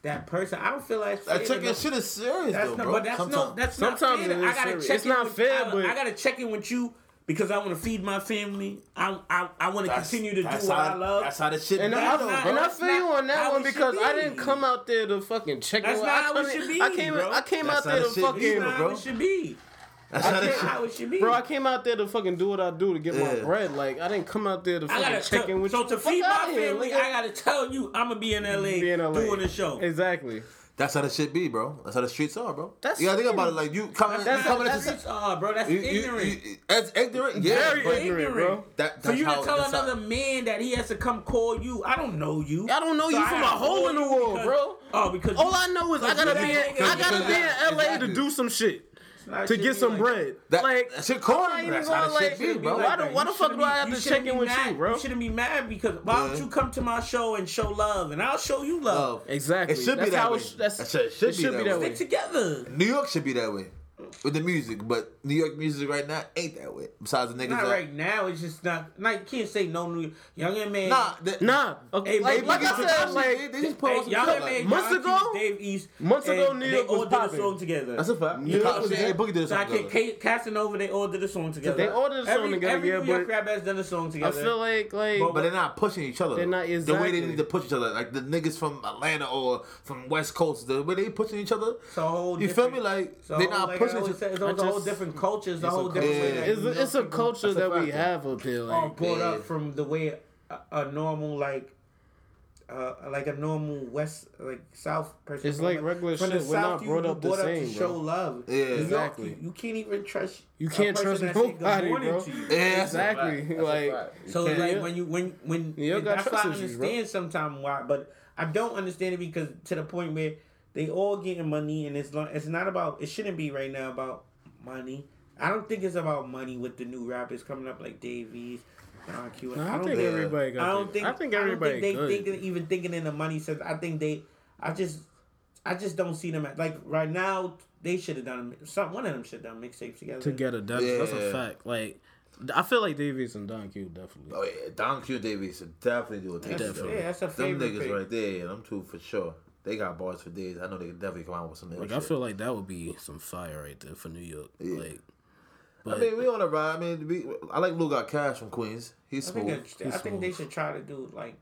that person. I don't feel like fair
That
to
chicken
them.
shit is serious
That's
though,
no,
bro.
but that's no,
Sometimes.
that's
Sometimes
not fair.
it
to-
is
I gotta
serious.
check.
It's
in
not
with,
fair,
I,
but-
I gotta check in with you because I want to feed my family. I I, I want to
That's-
continue to do
that's
what
how-
I love.
That's how the shit.
And,
be,
I,
That's
though,
not-
bro.
and I
that's
feel
not
you on that
how
one
it should
because I
be.
didn't come out there to fucking check.
That's
it.
not
I
how it
come in-
should be,
I came.
bro.
I came
That's
out
not
there to
how shit
fucking.
be,
That's not how
bro.
it should be.
That's how
That's
the
not
shit.
how it should be,
Bro, I came out there to fucking do what I do to get my
Yeah.
bread. Like I didn't come out there to
I
fucking
gotta
check in with
so
you.
to
Fuck
feed my
outta here,
family.
nigga.
I gotta tell you, I'm gonna be in LA,
Be in LA.
doing a show.
Exactly.
That's how the shit be, bro. That's how the streets are, bro.
That's
you gotta think
serious.
about it. Like you coming,
That's-
you coming
that's-
into.
oh, bro, that's
You, you,
ignorant.
you, that's ignorant. Yeah,
Very
but
ignorant, bro.
That, that's
for you
how,
to tell
that's how-
another man that he has to come call you, I don't know you.
I don't know you
I
from a
gotta
hole in the
call you
wall,
because-
bro.
Oh, because
All
you-
I know is I
Cause
gotta
you
be.
that
In,
nigga-
I gotta be in LA to do some shit.
not
to
should
get
be
some
like-
bread.
That-
like
that shit corny,
I'm not even
that's
gonna,
how it should
like,
be, bro.
Why, the, why the fuck
You shouldn't
do I
be-
have
you
to
shouldn't
check in
be
with
mad.
you, bro?
You shouldn't be mad because why
Yeah.
don't you come to my show and show love and I'll show you love.
Love.
Exactly.
It should be
That's
that
how
way.
it sh- that's-
That shit should
it
be that way.
Stick together.
New York should be that way with the music, but New York music right now ain't that way. Besides the niggas
Not
that,
right now. It's just not. Like you can't say no new young and man.
nah, the,
Nah.
Hey,
Okay.
they
Like, like I
niggas
said,
is-
like
they, they just put
Hey,
on some
y'all
shit,
man,
like-
y'all
Months
Keith,
ago?
Dave East.
Months ago,
and
New
they
York
all
was
did a
popping.
song together.
That's a fact.
New York was
Hey,
that-
Boogie did a
So I
song.
can't,
together.
Kate, Casanova, they all did a song together.
They all did a song
every,
together,
Every
yeah,
New York
but-
rap has done a song
I
together.
feel like like
But they're not pushing each other.
They're
though.
not
The way
exactly.
they need to push each other, like the niggas from Atlanta or from West Coast, the way they pushing each other.
it's a whole
You feel
different-
me? Like
it's a
they're
whole-
not
like I
pushing
always
each
say, It's
other.
a
I
whole
just-
different culture. It's a
it's a
whole different way.
culture.
that
it's,
New
a- it's a
York people
culture
That's
that
a
we
fact.
have up here.
are
Like,
brought
yeah.
up from the way a, a normal like. Uh, like a normal West, like South person.
It's like regular
From
shit. We're not
you
brought
were
up the
to
same,
show
bro.
love.
Yeah.
New York,
Exactly.
You, you can't even trust.
You
a
can't
person
trust
that say good
nobody,
morning
bro.
to you.
Yeah,
Exactly, like-
So
Yeah.
like when you when when
Yeah, you got
that's why I
trust issues, bro.
understand sometimes why, but I don't understand it because to the point where they all getting money and it's not, it's not about it shouldn't be right now about money. I don't think it's about money with the new rappers coming up like Davies, Don Q. and
Nah,
I
I,
don't
think
think-
everybody got.
I don't
that.
think
I think everybody.
I don't think they
good.
thinking even thinking in the money sense. I think they I just I just don't see them at, like right now. They should have done some one of them should have done mixtapes together.
together. That's, that's
Yeah.
a fact. Like, I feel like Davies and Don Q definitely.
Oh yeah, Don Q Davies should definitely do a tape.
That's-
Definitely.
yeah, that's a
Them
favorite
niggas
pick.
right there, yeah, them two for sure. They got bars for days. I know they could definitely come out with some. ill
Like, I
shit.
feel like that would be some fire right there for New York. Like,
I mean, we on a ride. I mean, we, I like Lou got cash from Queens. He's
I think,
smooth.
that- I think they should try to do like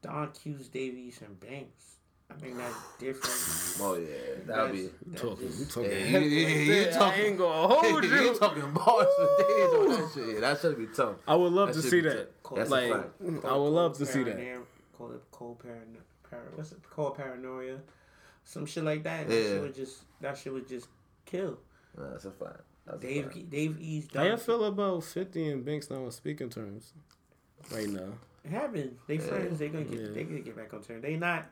Don Q's, Davies, and Banks. I think that's different.
Oh yeah, that'd be.
That's-
talking,
that's
we
just-
talking.
Yeah,
heavy
yeah,
like
you
that. I
talking-
ain't gonna hold
you
you.
talking bars for days on that shit. Yeah, that should be tough.
I would love
That
to
should
see
be
that.
tough. That's a
like,
fact.
I would love to see that.
Paranoia- Call it cold paranoia. Par- what's it called? Paranoia. Some shit like that. That
Yeah.
shit would just. That shit would just kill.
Nah, That's a fact. That's a
Dave.
fact.
Dave E's.
How y'all
Don.
feel about Fifty and Banks now on speaking terms? Right now,
It happened. They friends. They gonna get.
Yeah.
They gonna get back on turn. They not.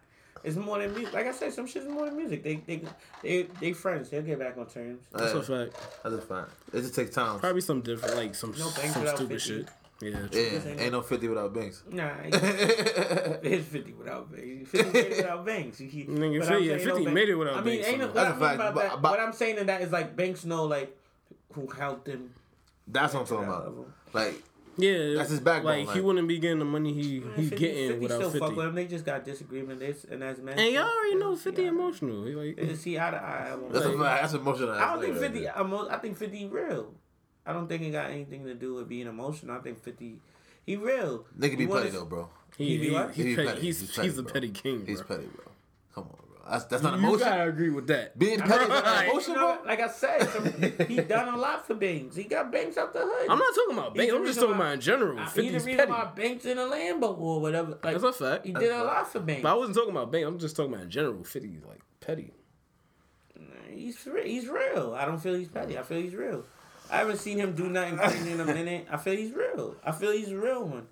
It's more than music. Like I said, some shit's more than music. They they they they friends. They'll get back on terms.
that's
Yeah,
a fact.
That's a fact. It just takes time.
Probably some different, like some
No Banks
some
without
stupid
50.
shit. Yeah, true.
Yeah, ain't no fifty without Banks.
Nah.
that's
It's 50 without banks. 50 made it without banks. You keep,
Nigga,
but
say,
I'm
yeah,
saying
50
bank-
made it without
I mean,
banks,
ain't no,
son.
what,
That's
I
a
mean
fact,
by
but-
that,
but-
what I'm saying in that is like banks know like who helped them.
what I'm talking about. Like,
Yeah,
That's his backbone,
Like, he
like-
wouldn't be getting the money he he
50
getting
50
without
still fuck
Fifty.
with them. They just got disagreement. This and that's man.
And y'all already know
They
Fifty
see eye-
emotional. He like,
They just see eye to eye. at one
that's a
point.
fact. That's emotional.
I don't think 50. I'm, I think 50 real. I don't think it got anything to do with being emotional. I think 50. He real.
Nigga be
You wanna
petty
s-
though, bro.
He,
He be
he,
what?
he
He be
petty.
petty.
He's
He's
he's,
petty,
a
bro.
petty king.
He's
Bro.
petty, bro. Come on, bro. That's that's not
You
emotion.
gotta agree with that.
Being petty is not
Right.
emotion,
You know,
bro.
like I said, some- he done a lot for Banks. He got Banks out the hood.
I'm not talking about
He's
Banks.
the
I'm just
reason
talking
why-
about in general.
I- he the
Fifty's
reason
petty.
why Banks in a Lambo or whatever. Like,
That's a fact.
he did a lot for Banks.
But I wasn't talking about Banks. I'm just talking about in general. Fifty's like petty.
He's re- he's real. I don't feel he's petty. I feel he's real. I haven't seen him do nothing crazy in a minute. I feel he's real. I feel he's a real one.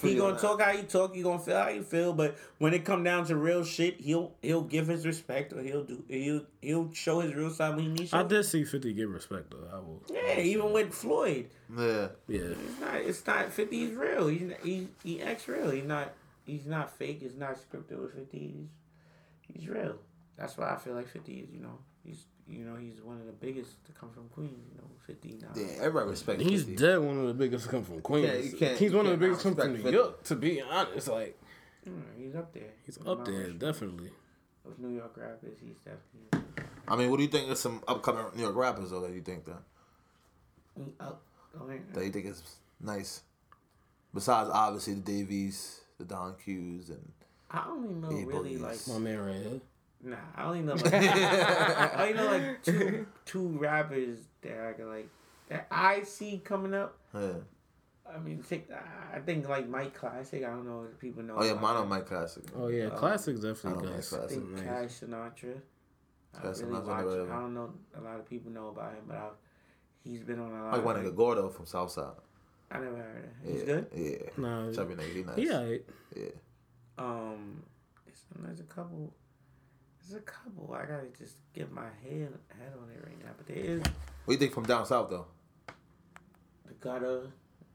He
you
gonna
on
talk how he talk. He gonna feel how he feel. But when it come down to real shit, he'll he'll give his respect or he'll do he'll he'll show his real side when he needs.
I
to.
did see Fifty get respect though. I will.
Yeah, even with Floyd,
Yeah.
Yeah.
it's not it's not fifty. He's real. He's he he acts real. He's not he's not fake. He's not scripted with fifty. He's, he's real. That's why I feel like fifty is you know he's you know he's one of the biggest to come from Queens. You know fifty now.
Yeah, everybody respects
He's
50.
dead one of the biggest come from Queens.
can't- you can't-
he's
you
one of the
can't
biggest
not
come from New
respect
York, to be honest. Like
Mm, he's up there.
he's up there, definitely.
Of New York rappers, he's definitely
I mean, what do you think of some upcoming New York rappers though that you think that
he up.
that you think is nice? Besides obviously the Davies, the Don Q's, and
I don't even know
Yeah,
really
boys.
like
My man right here.
nah. I don't even know. Like, I only know like two two rappers that I can like that I see coming up.
yeah.
I mean, take, I think like Mike Classic. I don't know if people know.
oh yeah,
about
Mono
him.
Mike Classic.
Oh yeah, classics definitely.
Uh, I don't
guys.
like
I
classics.
think Cash Sinatra. I
Cash
really
Sinatra's
watch.
underrated.
I don't know. A lot of people know about him, but I've, he's been on a lot.
Like
of
one of the Gordo from Southside.
I never heard of him.
Yeah.
He's good.
Yeah.
Nah.
Chubby nigga, he nice.
Yeah.
Yeah.
Um, there's, there's a couple. There's There's a couple. I gotta just get my head head on it right now. But there is
What do you think from down south though?
the gutter.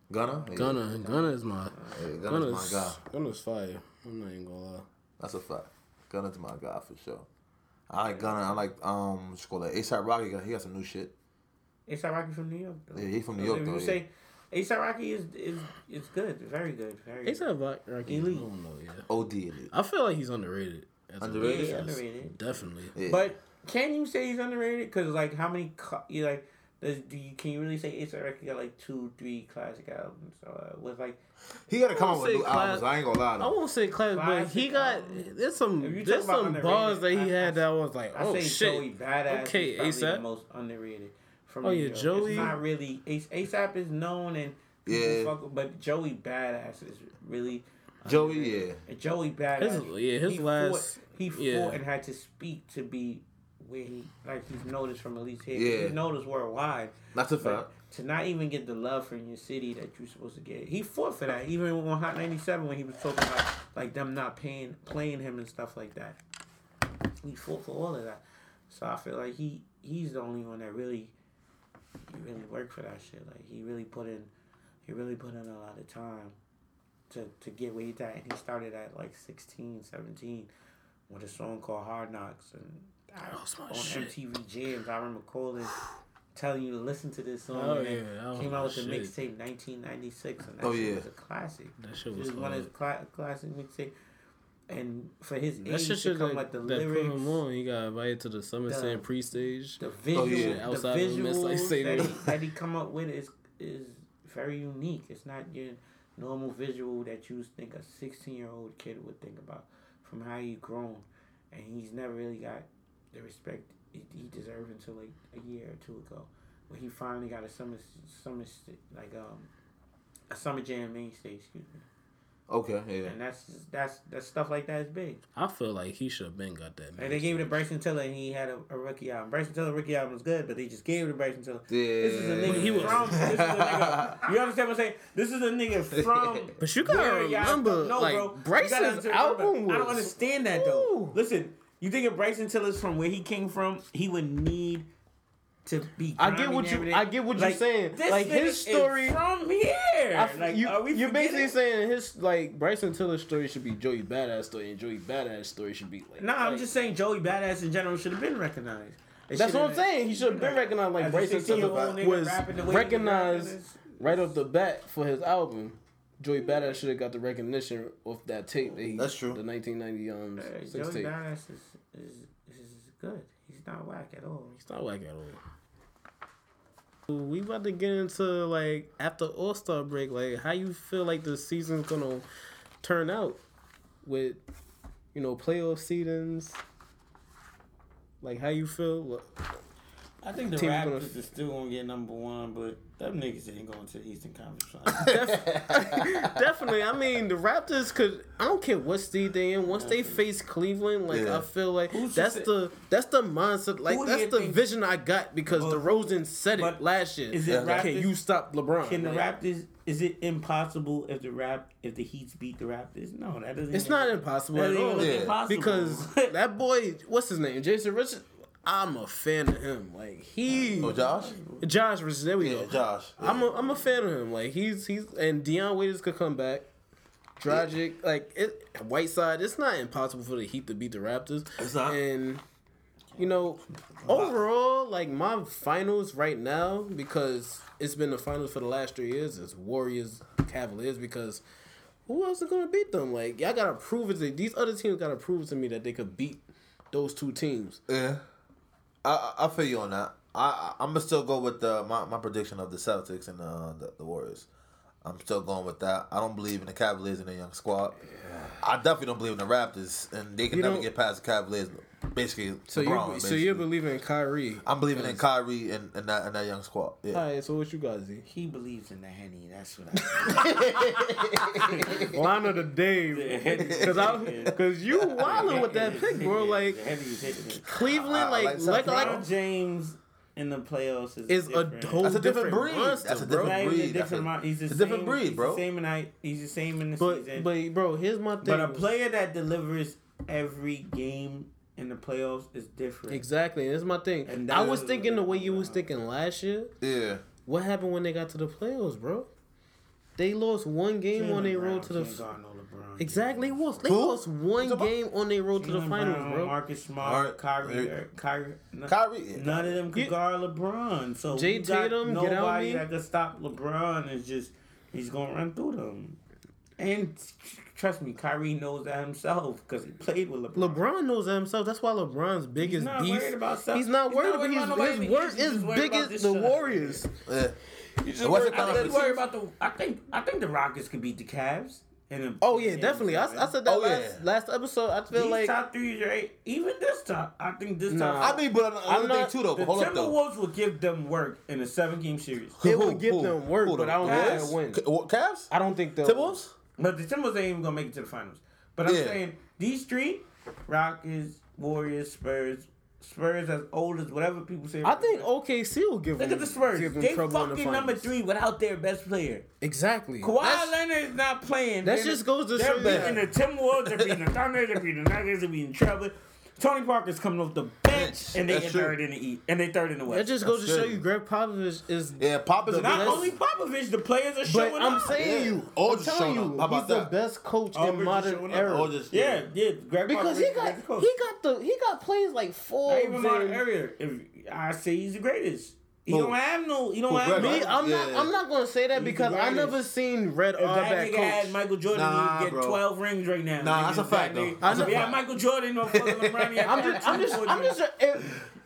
Gunna? Yeah.
Gunna, Gunna is my,
Yeah, Gunna's my
Gunna's,
guy.
Gunna's fire. I'm not even gonna lie.
That's a fact. Gunna's my guy for sure. I like Gunna. I like um, what's it called that ASAP Rocky. He got some new shit.
ASAP Rocky from New York. Though.
Yeah, he from New
So
York,
If
though,
you
yeah.
say ASAP Rocky is is is good, very good, very. good.
ASAP Rock- Rocky, I
Elite.
don't know. Yeah,
OD elite.
I feel like he's underrated. as a
Underrated?
lyricist.
Yeah, underrated.
Definitely.
Yeah.
But can you say he's underrated? Because like how many cl- you like does do you can you really say ASAP Rocky got like two three classic albums uh, with like
he gotta come out with
say
new
class-
albums. I ain't gonna lie.
I
Though.
won't say class, but he
Classic
got
album.
there's some
If you talk
there's
about
some bars that
underrated,
he
I-
had that I was like,
I
oh
say
shit.
Joey Badass
Okay,
okay, is probably
A$AP.
the most underrated. From
Oh,
New
yeah,
York.
Joey.
It's not really Ace- ASAP is known and people
Yeah.
fuck with- but Joey Badass is really
Joey, yeah.
And Joey Badass.
His- yeah, his
he
last-
fought, he
yeah.
fought and had to speak to be where he like he's noticed from at least here.
Yeah.
He's noticed worldwide.
That's a fact.
But to not even get the love from your city that you're supposed to get, he fought for that. Even on Hot 97 when he was talking about like them not paying playing him and stuff like that, he fought for all of that. So I feel like he he's the only one that really he really worked for that shit. Like he really put in he really put in a lot of time to to get where he's at. And he started at like 16, 17 with a song called Hard Knocks and I,
Lost my
on
shit.
MTV Jams. I remember calling telling you to listen to this song.
Oh,
and
yeah,
then
that was
came
my
out with the
shit.
mixtape 1996, and that
Oh,
shit
yeah.
was a classic.
That shit
It
was
was one of
hard.
his cla- classic mixtape. And for his
That
age
shit
to
should
come
like,
like the
that put
lyrics,
him on. He got invited to the Summer
the-
Slam pre-stage.
the visual,
yeah.
Outside
Oh, the
of the Miss,
visuals
like, say
that,
that.
he, that he come up with is is very unique. It's not your normal visual that you think a sixteen year old kid would think about from how he grown, and he's never really got the respect he, he deserved until like a year or two ago, when he finally got a summer summer st- like um a summer jam main stage. Excuse me,
Okay, yeah.
and that's that's that stuff like that is big.
I feel like he should have been got that.
And they
man.
gave it to Bryson Tiller, and he had a, a rookie album. Bryson Tiller rookie album was good, but they just gave it to Bryson Tiller.
Yeah.
This is a nigga
He was-
from. This is a nigga. You understand what I'm saying? This is a nigga from.
But you gotta
where y'all-
remember, like,
You gotta
Bryson's
remember.
album
I don't
was-
understand that though.
Ooh.
Listen, you think if Bryson Tiller's from where he came from, he would need to be.
I get
grimy
what you-
and everything.
I get what you're saying.
this
Like,
nigga
his
is
story-
from here.
I f-
like,
you,
are we
you're basically
forgetting?
saying his like Bryson Tiller's story should be Joey Badass story, and Joey Badass story should be like.
No, I'm
like-
just saying Joey Badass in general should have been recognized. They
That's what I'm
should've-
saying. He should have been recognized. Like
As a
Bryson
16-year-old
Tiller
nigga
was
rapping the way he rapping
recognized
is-
right off the bat for his album. Joey Badass should have got the recognition off that tape that he.
That's true.
The 1990 um
Hey,
six
Joey
tape.
Badass is, is is good. He's not whack at all.
It's not whack at all. We about to get into like after All Star break, like how you feel like the season's gonna turn out with you know playoff seedings. Like how you feel?
I think the
Team's gonna-
Raptors is still gonna get number one, but them niggas ain't going to the Eastern Conference. Finals.
Definitely. I mean, the Raptors could. I don't care what seed they in. Once they face Cleveland, like
Yeah.
I feel like
Who's
that's
to say-
the that's the mindset. Like
Who do you
that's the
think-
vision I got because
But-
DeRozan said it
but
last year.
is it
okay,
Raptors-
you stop LeBron.
Can the
Like,
Raptors? Is it impossible if the rap if the Heat's beat the Raptors? No, that doesn't.
It's
even-
not impossible
that
at
doesn't
all.
even look
Yeah.
impossible.
Because that boy, what's his name? Jason Richard. I'm a fan of him. Like he,
Oh, Josh.
Josh Richard. There we
Yeah,
go.
Josh. Yeah.
I'm a, I'm a fan of him. Like he's he's and Deion Waiters could come back. Dragic, like it, Whiteside. It's not impossible for the Heat to beat the Raptors.
It's not.
And you know, overall, like my finals right now because it's been the finals for the last three years is Warriors Cavaliers because. Who else is gonna beat them? Like y'all gotta prove it. To, these other teams gotta prove to me that they could beat those two teams.
Yeah. I I I feel you on that. I I'm gonna still go with the my, my prediction of the Celtics and uh, the the Warriors. I'm still going with that. I don't believe in the Cavaliers and their young squad. I definitely don't believe in the Raptors, and they can
You
never
don't-
get past the Cavaliers. Basically,
So you
LeBron,
are so you're
basically.
believing in Kyrie.
I'm believing in Kyrie and, and that and that young squad.
All
Yeah.
right. So what you guys see?
he believes in the henny. That's what I.
line of the day. Cause I, cause you wildin' with that pick, bro. Like
the henny is hitting it.
Cleveland,
I- I
like
like
like,
South
like
LeBron James in the playoffs is
is a
different.
whole
That's a different
different,
breed.
monster,
That's a
bro.
different
Not even a
breed. That's
different
a-
mon- he's the
it's a
same,
different breed,
he's
bro.
The same in height. He's the same in the
But
season.
but bro, here's my thing.
But a player that delivers every game in the playoffs is different.
Exactly. That's my thing.
And
I was
that-
thinking the way you was thinking last year.
Yeah.
What happened when they got to the playoffs, bro? They lost one game on their road to the
Can't guard no LeBron.
exactly. Lost. They
Who?
lost one
Who's the-
game on their road to the
Jaylen
finals,
Brown,
bro.
Marcus Smart,
Alright.
Kyrie,
Yeah.
er, Kyrie, no-
Kyrie.
None of them could
Yeah.
guard LeBron. So
Jay
you got
Tatum, get out
nobody
me.
that could stop LeBron is just he's gonna run through them. And tr- trust me, Kyrie knows that himself because he played with LeBron.
LeBron knows that himself. That's why LeBron's biggest
not
beef.
worried about stuff.
He's not
He's
worried.
not worried
about his,
about nobody.
his
He's
work
just
is
worried
big
about
as
this
the
shit.
Warriors.
Yeah.
Just
What's
worry-
the
I just
conference?
worry about the. I think I think the Rockets could beat the Cavs. In a,
Oh yeah,
in a
definitely. I,
seven.
I said that
Oh,
last,
yeah.
last episode. I feel
These
like
top threes are eight. even this top. I think this
Nah.
I
top.
mean, but
I'm
another thing
not-
too though.
the
But hold up though.
Timberwolves will give them work in a seven game series.
it would give them work, but I don't
Cavs?
think they'll win.
Ca- what, Cavs?
I don't think they'll.
Timberwolves?
But the Timberwolves ain't even gonna make it to the finals. But I'm
Yeah.
saying these three: Rockets, Warriors, Spurs. Spurs as old as whatever people say.
I think OKC will give
Look
them
at the Spurs.
Give them
They
trouble in the
fucking number
finals.
three without their best player.
Exactly.
Kawhi
That's-
Leonard is not playing.
That
They're-
just goes to
They're
show you-
beating the Timberwolves. They're beating the Thunder. They're beating the Nuggets. They're beating Trevor. Tony Parker's coming off the bench,
Bench.
and they
That's
get
true.
third in the East, and they third in the
That
West.
just goes to show
good.
you Greg Popovich is.
Yeah, Pop is a
not
that's-
only Popovich, the players are
But
showing
I'm
up.
saying
Yeah.
you,
Aldridge
I'm telling
showing up.
you,
How about
he's the
that?
best coach in
Aldridge is
modern
showing up.
era.
Or just
yeah, yeah, Greg
because he
Popovich,
got
great coach.
he got the he got plays like four.
Not even my
in-
area. If I say he's the greatest, he
Who?
don't have no. He don't
Who,
have
Greg?
Me,
no.
I'm not.
Yeah.
I'm not going to say that
the
because I
greatest.
never seen Red
If that
Auerbach
nigga had
coach.
Michael Jordan,
Nah,
he'd get
bro.
twelve rings right now.
Nah,
Nigga,
that's a
if that
fact, though.
nigga-
That's
a
If you had
fact.
Michael Jordan or fucking LeBron, he had
I'm just. I'm
13,
just. I'm
14.
just. eh,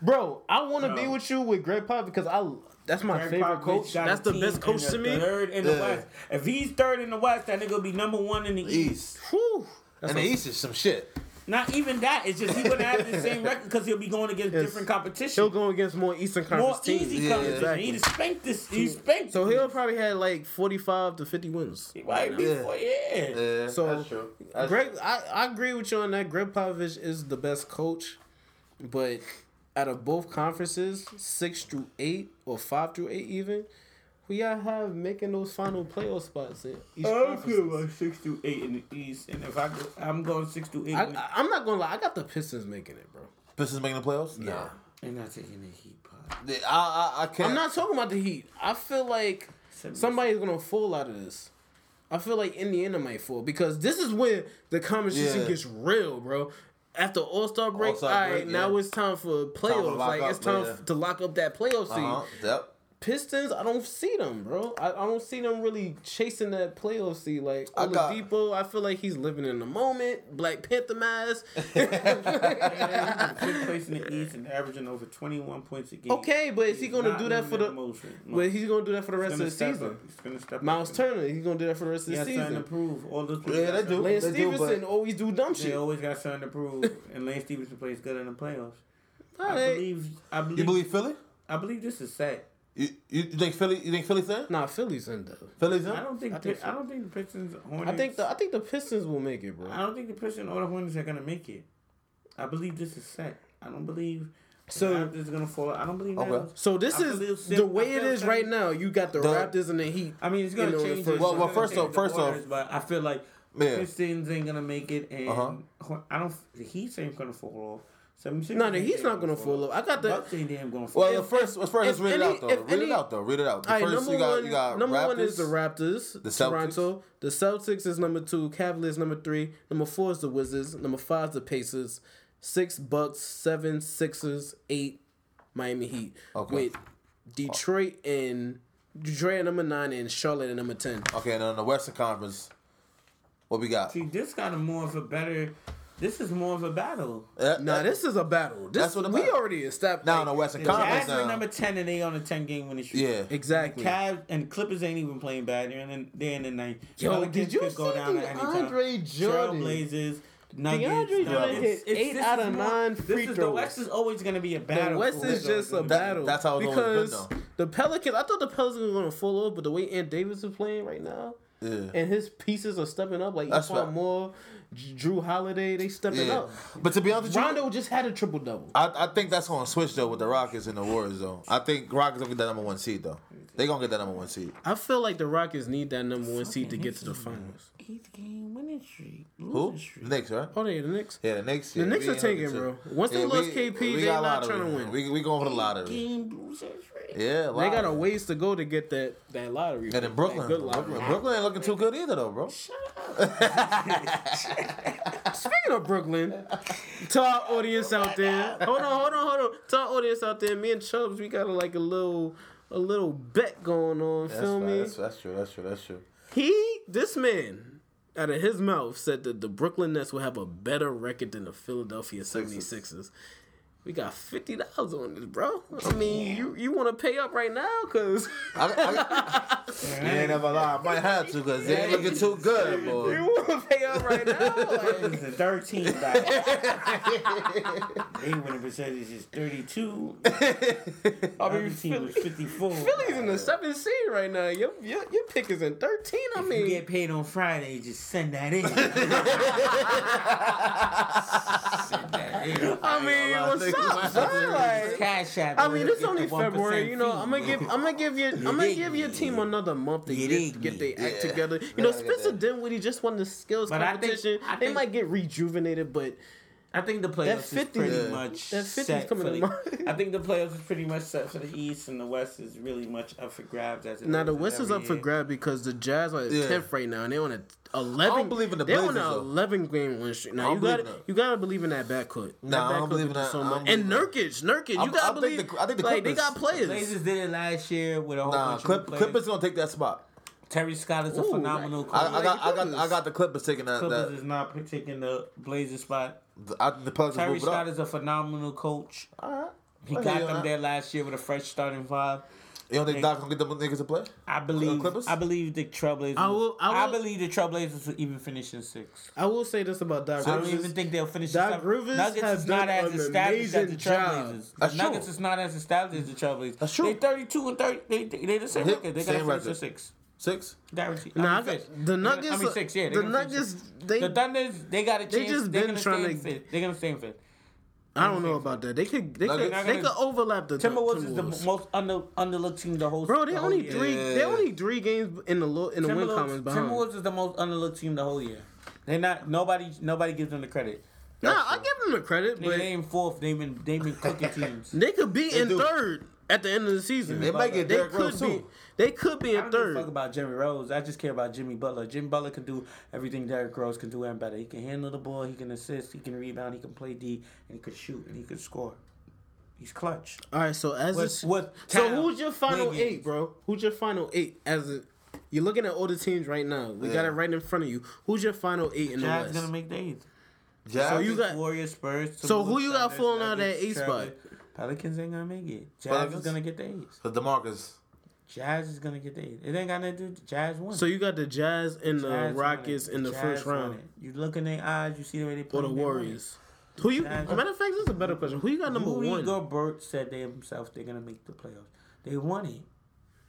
bro, I want to be
No.
with you with Greg Pop because I. That's my
Greg
favorite
Popovich
coach.
got a
That's the
team
best coach
in the
to me.
Third in the
Yeah.
West. If he's third in the West, that nigga will be number one in the East.
East.
Whew. That's
And the
what-
East is some shit.
Not even that. It's just he wouldn't have the same record because he'll be going against
Yes.
different competition.
He'll go against more Eastern
more
Conference teams.
easy
Yeah,
competition.
exactly.
He'd spank this. He spanked.
So he'll probably had like 45 to 50 wins.
Right before, yeah.
Yeah,
So,
that's true. That's
Greg, I, I agree with you on that. Greg Popovich is the best coach, but out of both conferences, six through eight or five through eight, even, we gotta have making those final playoff spots in each
I'm
conference.
good with six to eight in the East, and if I go, I'm going six to eight,
I,
in the-
I, I'm not gonna lie, I got the Pistons making it, bro.
Pistons making the playoffs?
Nah.
and not taking the Heat pot.
Yeah, I, I, I can't.
I'm not talking about the Heat. I feel like somebody's gonna fall out of this. I feel like Indiana might fall because this is when the conversation
Yeah.
gets real, bro. After All Star break, all
All-Star
right,
break,
now
yeah.
it's time for playoffs.
lock
like it's
up,
time
yeah.
f- to lock up that playoff seed.
Uh-huh. Yep.
Pistons, I don't see them, bro. I, I don't see them really chasing that playoff seed. Like
I got-
Oladipo, I feel like he's living in the moment. Black Panther mask.
Fifth place in the East and averaging over 21 points a game.
okay, but is he gonna
Not
do that
limited
for the?
emotion. No,
But he's gonna do that for the rest of
gonna
the
step
season.
up. He's gonna step up.
Miles Turner, he's gonna do that for the rest of
He
the
has something to
season.
prove. All those people
Yeah,
got
they do.
something-
Lance
They do, but-
Stevenson always do dumb
They
shit.
always got something to prove, and Lance Stevenson plays good in the playoffs. I
Alright.
believe. I believe.
You believe Philly?
I believe this is set.
You, you think Philly? You think Philly's in?
Nah, Philly's in though.
Philly's in.
I don't think. I,
I think
Pi-
so.
I don't think the Pistons. Hornets,
I think the I think the Pistons will make it,
I
bro.
don't think the Pistons or the Hornets are gonna make it. I believe this is set. I don't believe
So-
so. The Raptors are gonna fall. I don't believe.
Okay.
Okay.
So this
I believe
is
Sim-
the
I
way it
feel
is
Sim-
right now. You got the
The-
Raptors and the Heat.
I mean, it's gonna
You know, the
change.
first-
Well- well,
It's gonna change the
first off- first off-
orders, but I feel like
Yeah.
Pistons ain't gonna make it, and
Uh-huh.
Hor- I don't. The Heat ain't gonna fall off.
No,
76ers
the
ain't
Heat's
damn
not gonna fall off. I got the
Bucks ain't damn gonna fall
Well,
off.
the first, let's first, let's
if
read it
any-
out though.
if
Read it
any-
out though. Read it out. The
all right,
first,
number
you got
one.
you got
number
Raptors.
one is the Raptors.
the
Toronto. The Celtics is number two. Cavaliers number three. Number four is the Wizards. Number five is the Pacers. Six Bucks. Seven Sixers. Eight Miami Heat.
Okay.
With Detroit and Detroit at number nine and Charlotte at number ten.
Okay, and then the Western Conference. What we got?
See, this kind of more of a better. This is more of a battle.
Uh,
No,
uh,
this is a battle. This,
That's what I'm
we
about.
already established.
now in the Western
The
Conference.
Jazz are
Now.
number ten, and they on a ten game winning streak.
yeah.
Exactly.
Cavs and Clippers ain't even playing bad. They're in the, they're in the ninth.
Yo, did you
could
see
at any
DeAndre
time.
Jordan?
Trailblazers. Nuggets,
DeAndre Jordan
Nuggets.
hit eight
this
out
is
of
more-
nine free
this is, The
throws.
West is always going to be a battle.
The West
for
is
who
just a
goes-
battle.
that's how it's always been,
because
though.
the Pelicans. I thought the Pelicans were going to fall off, but the way Ant Davis is playing right now,
Yeah.
and his pieces are stepping up. Like
That's
Equan
right.
Moore, J- Drew Holiday, they stepping
Yeah.
up.
But to be honest with you,
Rondo just had a triple double.
I, I think that's going to switch though with the Rockets and the Warriors though. I think Rockets will get that number one seed though. They gonna get that number one seed.
I feel like the Rockets need that number one seed to get to the finals.
Eighth game winning streak.
Who?
Losing
The
streak.
Knicks, right?
Oh, yeah, the Knicks.
Yeah, the Knicks.
The
yeah,
Knicks
we
are
ain't looking
taking,
to-
bro. Once they lost KP, they
got
not
lottery.
tryna win.
We we going for the lottery.
Game losing streak.
Yeah,
They got a
lottery.
ways to go to get that that lottery.
And in
that
Brooklyn,
good lottery.
Brooklyn, Brooklyn ain't looking too good either, though, bro.
Speaking of Brooklyn, to our audience out there, hold on, hold on, hold on. To our audience out there, me and Chubbs, we got a, like a little a little bet going on.
That's,
feel
fine.
me?
That's, that's true. That's true. That's true.
He, this man, out of his mouth said that the Brooklyn Nets will have a better record than the Philadelphia 76ers. We got fifty dollars on this, bro. I mean, you you want to pay up right now, cause
I, I, you ain't never lie. I might have to because they ain't looking too good,
you
boy.
want to pay up right now. Like,
The thirteen guy. they winning percentage is thirty-two.
I
Every
mean,
team
Philly,
was fifty-four.
Philly's in the seventh seed right now. Your your, your pick is in thirteen. I
You
mean,
get paid on Friday. Just send that in. send that in.
I mean, what's up, son? Like,
Cash app.
I mean, it's
Hit the
only
1%
February. You know,
fee.
I'm gonna give, I'm gonna give you, I'm gonna
dig
give your
me.
team another month to
You
get,
dig
get
me.
their act
Yeah.
together. You know,
Look at that.
Spencer Dinwiddie just won the skills
But I think-
competition.
I
they
think-
might get rejuvenated, but
I think the playoffs
That
is
50
pretty
Yeah.
much
that 50 is
set
coming
for
to
the-
mind.
I think the playoffs is pretty much set for the East and the West is really much up for grabs. As it
now the
is
West is
every
up for
year.
grab because the Jazz are
Yeah.
tenth right now, and they on a eleven.
believe in the
They on
Blazers,
an
though.
eleven game win streak.
I
Now
don't
you got
believe in that.
you gotta believe in that backcourt.
Nah, I
that
don't
backcourt
believe
could
in
do
that.
So
I don't
much. And Nurkic, Nurkic, you
I- I
gotta
think
believe.
the- I think the
like they
Clippers-
got players.
Blazers did it last year with a whole
Nah,
bunch
Clip,
of new players.
Clippers gonna take that spot.
Terry Scott is a
Ooh,
phenomenal
like-
coach.
I, I got, I got, I got the Clippers taking that.
Clippers
that
is not taking the Blazers spot.
I, the Pelicans
Terry
move it up.
Scott is a phenomenal coach.
All right.
He
I hear
got
you on
them
that.
there last year with a fresh starting five.
You don't think Doc gonna get them niggas to play?
I believe.
Clippers?
I believe the Trailblazers.
I will- I will-
believe the Trailblazers will even finish in six.
I will say this about Doc
I don't
Rivers.
even think they'll finish.
Doc
the seven-
Rivers
Nuggets
has
is not
done
as
an
established as the
amazing job.
Trailblazers. The
That's true.
Nuggets is not as established as the Trailblazers.
That's true.
They thirty-two and thirty. They they, they the same
Yeah,
record. They
same
got finish in
record.
six.
Six.
Guaranteed.
Nah,
I mean,
I
six.
got, the
They're gonna-
Nuggets.
I mean six. Yeah,
the
they're gonna finish in
Nuggets.
six.
They.
The Thunders, they got a chance.
just
they're
been
gonna
trying
stay
to-
in fifth. They're gonna stay in fifth.
I don't know about that. They could. They could.
Nuggets-
They could overlap the
Timberwolves is the
Timberwolves.
most under underlooked team the whole.
Bro, they
the whole
only
year.
three. They
Yeah.
only three games in the low, in the win columns
Timberwolves,
behind.
Timberwolves is the most underlooked team the whole year. They're not. Nobody. Nobody gives them the credit.
nah, I give them the credit,
They
but
they in fourth. They've been. They've been cooking teams.
they could be in
do.
third at the end of the season.
They might get
They
Derrick
could
Rose
be.
too.
They could be
I
in
don't give a fuck
third.
about Jimmy Rose. I just care about Jimmy Butler. Jimmy Butler can do everything Derrick Rose can do and better. He can handle the ball. He can assist. He can rebound. He can play D. And he can shoot. And he can score. He's clutch.
All right, so as
With-
it's,
with
so
Towns,
who's your final
Wiggins.
eight, bro? Who's your final eight? As a, you're looking at all the teams right now. We got it right in front of you. Who's your final eight in the
Jazz
West?
gonna make the eighth.
Jazz.
So you got
Warriors, Spurs.
So who
Timberwolves,
you got
Thunder,
falling out of
Nuggets,
that eighth
Trailblazers.
spot?
Pelicans ain't gonna make it. Jazz
Pelicans?
is gonna get the eighth.
So Demarcus.
Jazz is gonna get the eighth. It ain't got nothing to do. with- Jazz won.
So you got the Jazz and the
Jazz won
Rockets
it.
in the
Jazz
first
won
round,
it. You look in their eyes. You see the way they play.
or the
they won it.
Warriors. Who you?
Jazz-
Matter of fact, this is a better question. Who you got number
Rudy
one?
Gobert said they themselves they're gonna make the playoffs. They won it.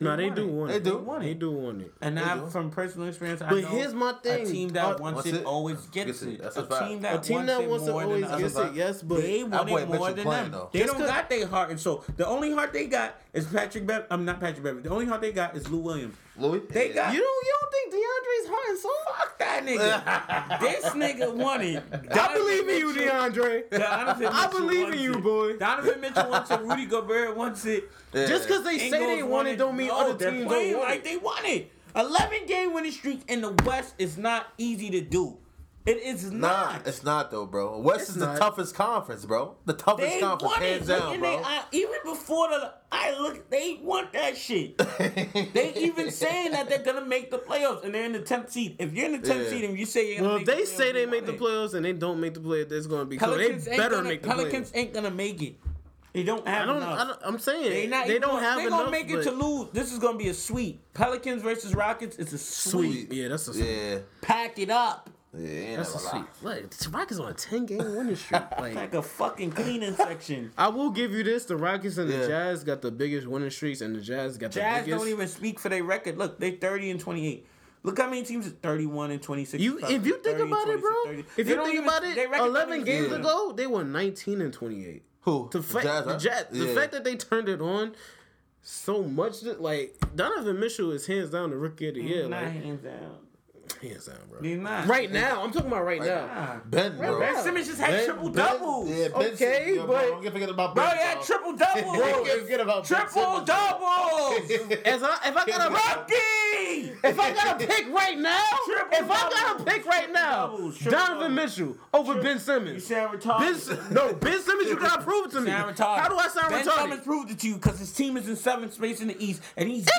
No, they
won
do
it.
want it.
They do.
want it. They do want it.
And
They
I,
do.
from personal experience, I
But
know
here's my
a
thing.
team that
Uh,
wants
Wants
it,
it?
always gets,
Gets it.
it.
That's a
A
fact.
team
A
that
team
wants
that
it
wants to
more than
always
the other.
gets it,
side.
yes, but
They want
boy
it
Mitchell
more than
playing,
them.
though.
They
Just
don't
'cause-
got their heart and soul. The only heart they got is Patrick Bev. I'm not Patrick Bev. The only heart they got is Lou Williams.
Louis.
They
Yeah.
got
you don't you don't think DeAndre's heart and soul?
fuck that nigga. this nigga wanted.
I believe in you, DeAndre.
Donovan
I
Mitchell
believe in
wants
you,
it.
boy.
Donovan Mitchell wants it. Rudy Gobert wants it.
Yeah.
Just because they say
Ingles
they want it don't mean
No,
other
they're
teams
playing
don't want
like
it.
they want it. Eleven game winning streak in the West is not easy to do. It is
Nah,
not.
it's not though, bro. West
It's
is the
not.
toughest conference, bro. The toughest
They
conference,
want it.
hands
Look
down,
in
bro.
their eye. even before the I look, they want that shit. they even saying that they're gonna make the playoffs and they're in the tenth seed. If you're in the tenth
Yeah.
seed and you say you're gonna
Well, if
make
they
the
say
playoffs,
they
you
make the
want it.
playoffs and they don't make the playoffs, that's going to be cool. They
Pelicans ain't
better
gonna,
make the
Pelicans
playoffs.
ain't gonna make it. They don't have
I don't.
enough.
I don't I'm saying they,
They not even
don't
gonna-
have
they
enough.
gonna make it to
but-
lose. This is gonna be a sweep. Pelicans versus Rockets. It's a sweep.
Sweet. Yeah, that's a sweet.
Yeah,
Pack it up
yeah, ain't
That's a
never
sweet.
lie.
Like, the Rockets on a ten game winning streak. Like,
like a fucking cleaning section.
I will give you this: the Rockets and the
Yeah.
Jazz got the biggest winning streaks, and the Jazz got
Jazz
the biggest.
don't even speak for their record. Look, they thirty and twenty eight. Look how many teams is thirty one and twenty six.
You, if you think about it, bro, if you think about it, eleven games
even-
ago they were nineteen and twenty-eight.
Who?
The fact,
Jazz,
the,
right?
Jazz, the
Yeah.
fact that they turned it on, so much. That, like Donovan Mitchell is hands down the rookie of the year.
He's not
Like
hands down.
hands down, bro.
He's not.
Right now, I'm talking about right now.
Nah.
Ben, bro.
Ben
Ben Simmons just had
Ben-
triple
Ben-
doubles.
Yeah, ben
Okay,
Simmons, yo, bro,
but-
don't forget about
Bro,
Ben.
he had triple doubles.
forget about Ben
triple
Simmons.
doubles.
As I, if I got a
Rocky.
if I got to pick right now,
Triple
if I got to
doubles,
pick right
triple
now,
doubles, triple
Donovan
doubles.
Mitchell over Ben Simmons.
You sound retarded.
Ben, no, Ben Simmons, you gotta prove it to me.
Sound retarded.
How do I sound
ben
retarded?
Simmons proved it to you because his team is in seventh space in the East, and he's
In the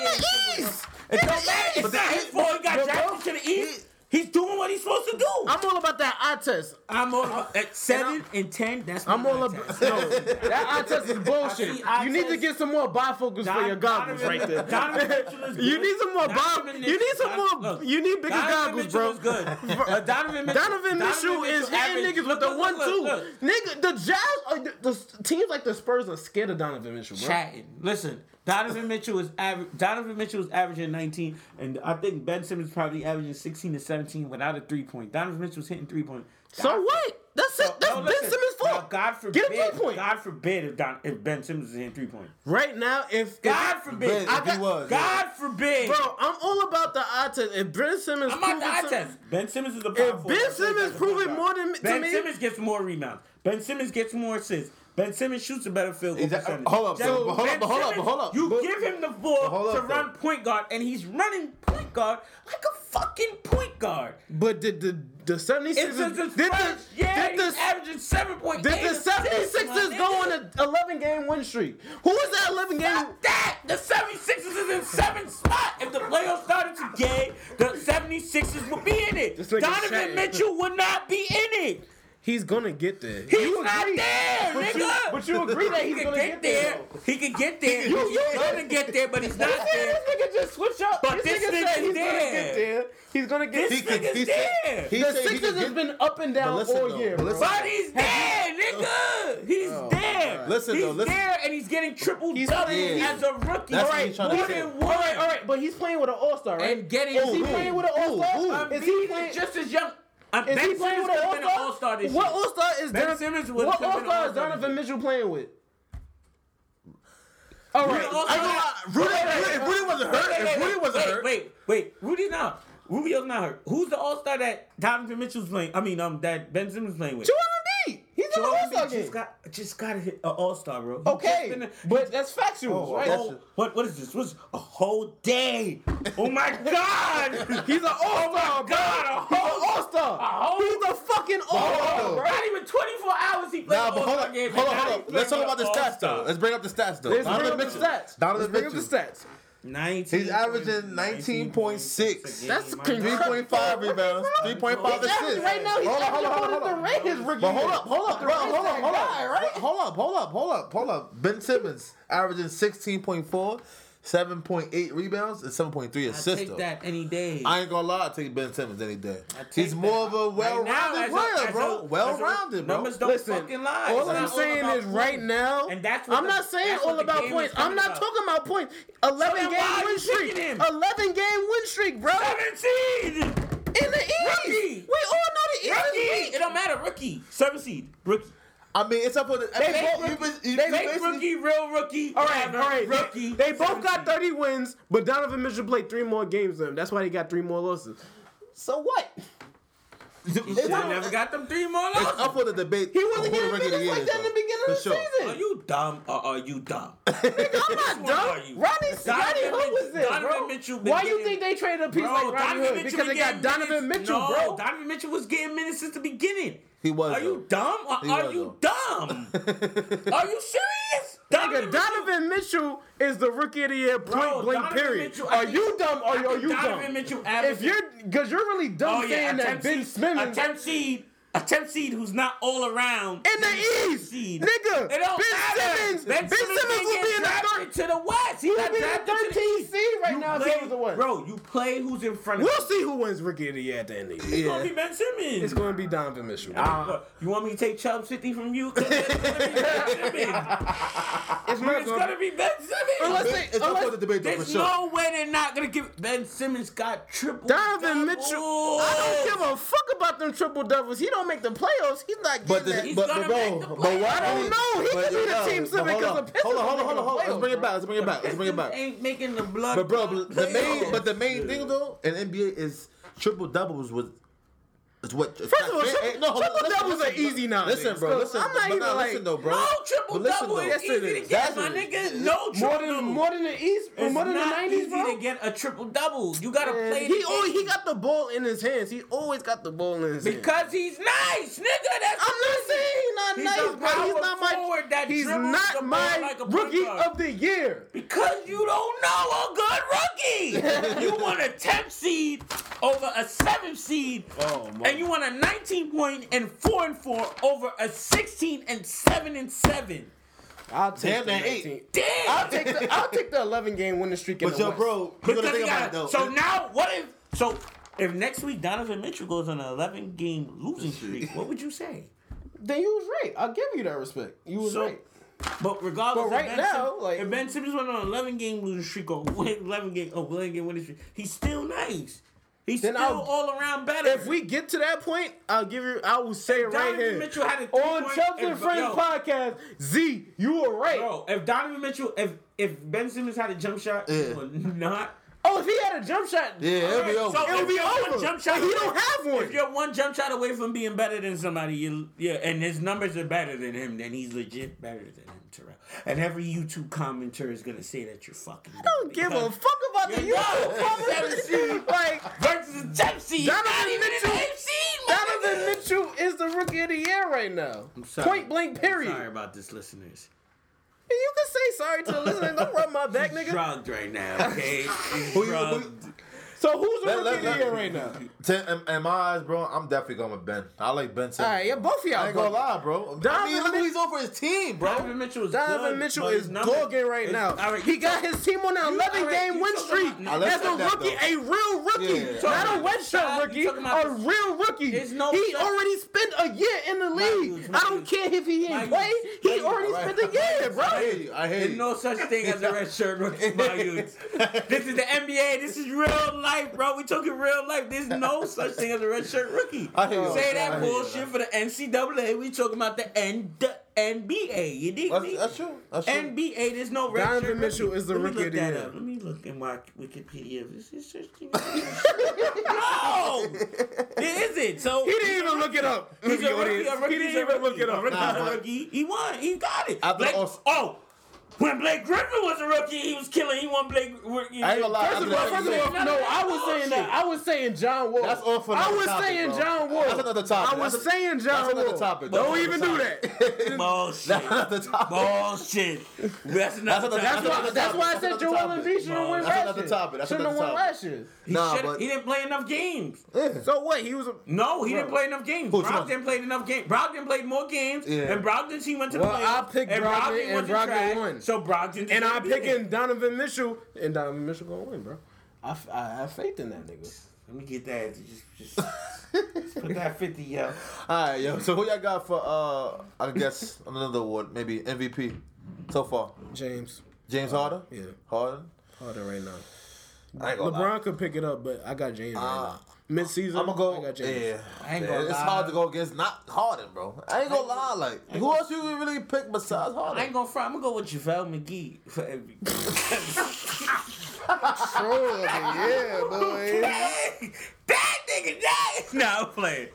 getting-
East!
It
In
don't
the
matter.
East!
It's not his fault. He
Yo,
got
bro,
drafted to the East. He's doing what he's supposed to do.
I'm all about that eye test.
I'm on at seven and ten. That's
I'm
my
all
eye
about
test.
no. That eye test is bullshit.
I see eye
You need to
test.
get some more bifocals for
Don-
your goggles
Donovan-
right there.
Donovan Mitchell is
You
good.
need some more
Donovan
bi-
Mitchell-
You need some
Don-
more.
look,
You need bigger goggles,
Mitchell
bro.
is good. Uh, Donovan Mitchell,
Donovan Mitchell is hitting
average.
niggas with
Look,
the
look,
one
look,
two.
look.
Nigga, the Jazz, are, the, the teams like the Spurs are scared of Donovan Mitchell, bro.
chatting. Listen, Donovan Mitchell is aver- Donovan Mitchell is averaging 19, and I think Ben Simmons probably averaging 16 to 17 without a three point. Donovan Mitchell's hitting three point.
So what? That's it. That's Ben
No, oh, listen,
Simmons'
now,
fault.
God forbid.
Get a three point
God forbid if, Don- if Ben Simmons is hitting three point.
right now. If, if
God forbid.
Ben,
I
if he
got-
was,
God forbid.
Bro, I'm all about the eye test. If Ben Simmons,
I'm not
prove
the
it
eye
to-
test. Ben Simmons is the
Ben Simmons prove it more than- to
Ben
me-
Simmons gets more rebounds. Ben Simmons gets more assists. Ben Simmons shoots a better field goal
Is that-
percentage.
hold up,
Jack-
so- but hold
Ben
up, but hold up, but hold up.
You
But-
give him the ball
hold
to
up,
run
though.
point guard, and he's running point guard like a fucking point guard.
But did the the 76ers
It's just
did
his
the,
first yeah,
did the,
he's averaging seven point.
did the 76ers go on an 11 game win streak? Who was that 11 game?
Fuck that! The 76ers is in seventh spot. If the playoffs started today, the 76ers would be in it.
This nigga
Donovan
chatting.
Mitchell would not be in it.
He's gonna get there.
He's not there,
but
nigga.
You, but you agree that he's
he
gonna
can get there. He can get there.
You-
He's
you-
gonna get there, but he's
This
not there.
nigga just switch up.
But this
nigga said
nigga's
he's gonna
there.
get there. He's gonna get
This
He could-
nigga's
he said-
there.
he
The
said he could
Sixers has
get-
been up and down
But listen,
all
though,
year. bro.
but listen-
But he's there, nigga. He's there.
Oh, God. Listen,
he's
though, listen.
there, and he's getting triple
He's
doubles
playing-
as a rookie.
That's what
Alright,
he's trying to
more
say.
than
All
one.
right, all right, but he's playing with an all star, right?
And getting-
is he
Who?
playing with an all star?
Embiid
Is he playing
just as young? Uh,
Is
ben
he playing
Simmons
with an
could've been an
all
all-star
star?
this
What
year.
all star is
Ben
Donovan
Simmons would've
What
could've
all
been an
star is
all-star this
Donovan
year.
Mitchell playing with? All right,
all-star-
I got-
Rudy, if Rudy wasn't hurt, if Rudy wasn't
wait,
hurt,
Wait, wait, Rudy's not. Rubio's not hurt. Who's the all star that Donovan Mitchell's playing? I mean, um, that Ben Simmons playing with?
Joel Embiid. He's in the
Joel
all star
Embiid just
game.
got just got to hit an all star, bro. He just
Okay,
been a-
but that's factual,
Oh,
right?
that's-
what what is this? What's a whole day? Oh my god! Oh
He's an all star, bro.
God, a
He's an
whole-
all star.
whole-
He's a fucking
Oh.
all
though.
star, bro.
Not even 24 hours he played.
Nah, but hold
All-Star
up,
game, and
hold up,
now
hold
he's
up. Let's talk
playing
about the stats
All-Star.
though. Let's bring up the stats though.
Let's bring
Donovan
up the
Mitchell.
stats. Let's
Donovan
bring up the
Mitchell.
stats.
19
He's averaging 19.6.
That's
Three point five rebounds. Three point five
He's averaging
assists.
right now. He's
Hold up, hold
averaging
up,
more
hold
than
up,
the
hold up.
rate his rookie.
But hold
year.
up, hold up,
The
bro,
Ray's
hold up,
that
hold
guy,
up,
right?
hold up, hold up, hold up, hold up. Ben Simmons averaging 16.4, 7.8 rebounds, and 7.3
I
assists.
take
though.
that any day.
I ain't gonna lie, I take Ben Simmons any day.
I take
He's more of
that. Right
a
now,
well-rounded
as a- as
player,
a-
bro.
as a-
well-rounded, bro.
Numbers don't
Listen,
fucking lie. It's
All
not
I'm saying
about
is right
points.
now,
And that's what
I'm
the-
not saying
that's
all
what the
about
game
points.
is
I'm not
about.
talking about points. 11
then
game
why are
win
you
streak.
picking him?
11 game win streak, bro.
17!
In the East. We
Rookie.
all know the East
Rookie!
is
It
weak.
don't matter, rookie. Seven seed. Rookie.
I mean, it's up for the. I mean,
fake
you bas- you- you
Fake
basically-
rookie, real rookie.
All right, all right.
Rookie.
They both
seven
got
seed.
30 wins, but Donovan Mitchell played three more games than him. That's why he got three more losses. So what?
You should have never got them three more losses.
It's up for the debate.
He wasn't
who the
getting
rookie of the
minutes
year
like
is,
that in the
though,
beginning
for
of the
sure.
Are
season.
you dumb or are you dumb?
I'm
Which
not
one
dumb.
are you?
Ronnie,
Donovan
Rodney Hood was
Mitchell-
there,
Donovan
bro.
Mitchell been
Why you
getting-
think they traded a piece
Bro,
like Rodney Hood? Because
been
they got
getting
Donovan
minutes.
Mitchell,
no,
bro.
Donovan Mitchell was getting minutes since the beginning.
He was,
Are you dumb or
He
are
was,
you dumb? are you serious?
Nigga, Donovan Mitchell is the rookie of the year, point
Bro,
blank.
Donovan
period.
Mitchell- I
are
think-
you dumb
I
or are
think
you
Donovan
dumb?
Mitchell
if
averaged-
you're, because you're really dumb
Oh yeah,
saying that
attempt
Ben
seed,
Simmons
attempt seed, attempt seed, who's not all around
in the East,
Seed.
nigga.
It
Ben
don't matter.
Simmons, Ben, Simmons
didn't
will
get
be in the third.
drafted to the West. He
He'll
got
be in the
drafted to
13th
East.
seed right
You
now if
play-
he was the West.
Bro, you play who's in front of
We'll
you.
see who wins rookie of the year at the end of the year.
It's gonna be Ben
It's
Simmons.
going to be Donovan Mitchell.
Look, you want me to take Chubb's 50 from you? 'Cause it's gonna be Ben Simmons.
it's not
It's gonna
going
be Ben
Unless
Simmons.
they-
It's up for the debate, though, for
There's
sure.
no way they're not gonna give Ben Simmons got triple.
Donovan Mitchell, I don't give a fuck about them triple doubles. He don't make the playoffs. He's not getting
But,
that.
the,
He's
but,
gonna
but bro,
make the
but why
playoffs.
I don't know. He
but
could be the
yo,
team
but
seven because
hold on,
the Pistons
hold on, hold
are
on, hold on, hold on. Let's
making
bring it
the
back. Let's bring it back. Let's bring it back.
Ain't making the blood.
But bro, the main,
playoffs.
but the main thing though in NBA is triple doubles with. Is what? First
of all, triple- triple doubles are easy
now.
nowadays. So,
Listen, bro. Listen,
I'm not
but
even
nah,
like-
listen though, bro.
No
But
triple
listen,
double
though.
is
Yes, it
easy to
is.
get, my
That's-
nigga. No triple
more
double.
than more than the East,
it's
more than the
not
nineties,
easy
bro.
to get a triple double. You gotta play.
he
the
always
game.
he got the ball in his hands. He always got the ball in his hands.
because he's nice, nigga. That's
I'm not saying he's not
He's
nice,
a
bro. He's
power
not my
forward that
he's
dribbles the
not
ball
my
like a point
rookie
guard.
of the year.
Because you don't know a good rookie. you want a 10th seed over a 7th seed.
Oh, my-
And you want a 19 point and 4 and 4 over a 16 and 7 and 7.
I'll take the
Damn, that
19.
eight.
Damn.
I'll take the I'll take the 11 game winning streak. in
But
the
yo,
West.
bro, you
Because
gotta
you
think about it
gotta-
though.
so now, what if. So if next week Donovan Mitchell goes on an 11 game losing streak, what would you say?
then you was right. I'll give you that respect. You was
So-
right.
But regardless,
But right
if ben
now,
Sim-
like-
if Ben Simmons went on an 11 game losing streak or win- 11 game or 11 game winning streak, he's still nice. He's
Then
still
I'll-
all around better.
If we get to that point, I'll give you. I will say it right
Donovan
here
Mitchell had a
on
three-point-
Chelsea
if-
Friends
yo.
podcast. Z, you were right.
Bro, if Donovan Mitchell, if if Ben Simmons had a jump shot, he
Yeah.
would not.
Oh, if he had a jump shot,
Yeah, it'll be
So
over.
if
it'll be
you're one
over.
Jump shot
He don't have one.
If you're one jump shot away from being better than somebody, you, yeah, and his numbers are better than him, then he's legit better than him, Terrell. And every YouTube commenter is gonna say that you're fucking. I
don't give a fuck about the
You're not.
YouTube comments. like
Versus Jeff seed.
Donovan
not even
Mitchell-
an eighth seed, my
Donovan
nigga.
Mitchell is the rookie of the year right now.
I'm sorry.
Point blank. Period.
I'm sorry about this, listeners.
You can say sorry to the listener. Don't rub my back, nigga.
Drugged right now, okay?
Who you-
Drugged.
So who's the
Let-
rookie
let-
of the
let-
year right now?
To, in, in my eyes, bro, I'm definitely going with Ben. I like Ben Simmons.
All right, yeah, both of y'all.
I ain't gonna lie, bro. I
Donovan
mean, look who
Mitch-
he's on for his team, bro.
Donovan Mitchell is
Donovan
good,
Mitchell
but
is
his numbers-
dogging right
it's-
now.
all right,
he got
so-
his team on an 11
all right,
game
you
win
talking
streak.
about- I
like
That's a
that, that,
rookie,
though.
a real rookie,
Yeah. So-
not a wet
You
shot rookie,
talking about
a
this-
real rookie.
There's no
he
shot-
already spent a year in the league.
Matthews,
I don't
Matthews,
care if he didn't
Matthews,
play. He
Matthews,
already
all right.
spent a year, bro.
I hate you. I hate
There's
you.
no such thing as a red shirt rookie by youth. This is the NBA. This is real life, bro. We talking real life. There's no such thing as a red shirt rookie.
I hear you.
Say
I
that
hear you.
bullshit for the NCAA. We talking about the N the NBA. You dig
That's,
me?
that's true. That's true.
NBA, there's no red
Donovan
shirt
Mitchell
rookie.
is the
Let me
rookie
look
of the
that
year.
Up. Let me look in my Wikipedia. This is just no. It isn't. So
He didn't even look it up.
He's a rookie. A rookie
He
is a
didn't even look
rookie.
it
A
up.
rookie is a
Nah, but-
rookie. He won. He got it.
I thought
Blake-
also-
oh, when Blake Griffin was a rookie, he was killing. He won Blake. Rookie.
I ain't gonna lie.
First of all, first of all, no, I was saying that. I was saying John Wall.
That's all for
I
another
was
topic,
saying
bro.
John Wall.
That's another topic.
I was
That's a-
saying John
that's another
Wall.
topic. That's
Don't
another
even do
topic.
that.
That's
Bullshit.
not the top.
Bullshit. That's another.
another-
time.
That's why. That's why I said
That's
Joel
another
Embiid
topic.
should have won
That's
last
another
year.
topic. That's
Should have
another
won
topic.
last year.
He,
Nah,
should-
but-
he didn't play enough games.
So what? He was. A,
No, he didn't
Bro.
play enough games.
Who,
Brogdon
Tom?
played enough games. Brogdon played more games,
Yeah.
and Brogdon he went to
Well,
the
I
playoffs.
picked Brogdon, and
wasn't
Brogdon
trash,
won.
So Brogdon
and I'm
deserved to be there.
picking Donovan Mitchell, and Donovan Mitchell gonna win, bro. I, f- I have faith in that nigga.
Let me get that. Just, just, just put that fifty up.
All right, yo. So who y'all got for uh? I guess another award, maybe MVP. So far,
James
James Harden.
yeah.
Harden.
harder right now.
I ain't gonna
LeBron
lie.
could pick it up, but I got James
Uh,
right now. Mid season,
I'm gonna go.
I got James.
yeah,
I ain't
Yeah,
gonna
it's
lie.
hard to go against not Harden, bro. I ain't gonna lie. Like, who else you would really pick besides Harden?
I ain't gonna front. I'm gonna go with JaVale McGee for MVP.
Troll, yeah, boy.
that nigga, that is not playing.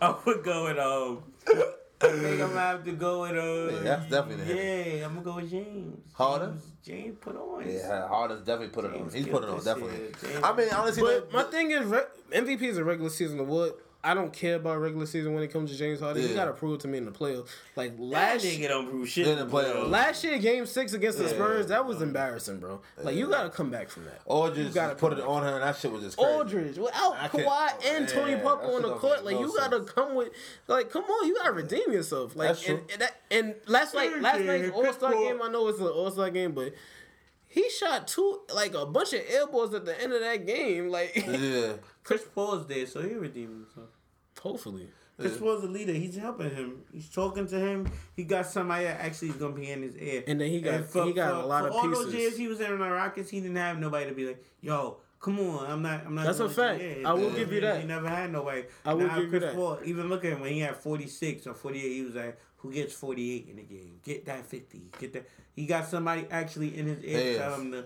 I'm gonna go with um. I think I'm gonna have to go with uh.
Yeah, that's definitely him.
Yeah, I'm gonna go with James.
Harden?
James, James put on.
Yeah, Harden's definitely put it on.
James
He's
killed
put it on
this
definitely.
shit. James-
I mean, honestly,
But
the-
my thing is, re- MVP is a regular season award. I don't care about regular season when it comes to James Harden. He
Yeah.
got to prove it to me in the playoffs. Like
That
last
nigga don't prove shit.
In the playoffs.
bro.
last year, Game Six against the
Yeah.
Spurs, that was embarrassing, bro. Like you got to come back from that.
Aldridge
You gotta
put
come
it
back.
on her, and that shit was just crazy.
Aldridge without
I can't-
Kawhi and
Yeah,
Tony Parker
that
on
shit
the
don't
court,
make
like
no
you gotta
sense.
come with, like come on, you gotta redeem yourself. Like
That's
and,
true.
and that and last like last
Yeah,
night's All Star
Chris Paul-
game, I know it's an All Star game, but he shot two like a bunch of elbows at the end of that game. Like
Yeah,
Chris Paul's there, so he redeemed himself.
hopefully,
Chris Paul's the leader. He's helping him. He's talking to him. He got somebody that actually is gonna be in his ear.
And then he got- he got a lot of
all those
pieces.
years he was in the Rockets, he didn't have nobody to be like, "Yo, come on, I'm not, I'm not."
That's
doing
a
what you
fact.
did."
I will
Yeah.
give you that.
He never had nobody.
I will
Now,
give you
Chris
that.
Paul, even look at him when he had 46 or 48, he was like, who gets 48 in the game. Get that 50. Get that. He got somebody actually in his ear
Yeah.
tell him to,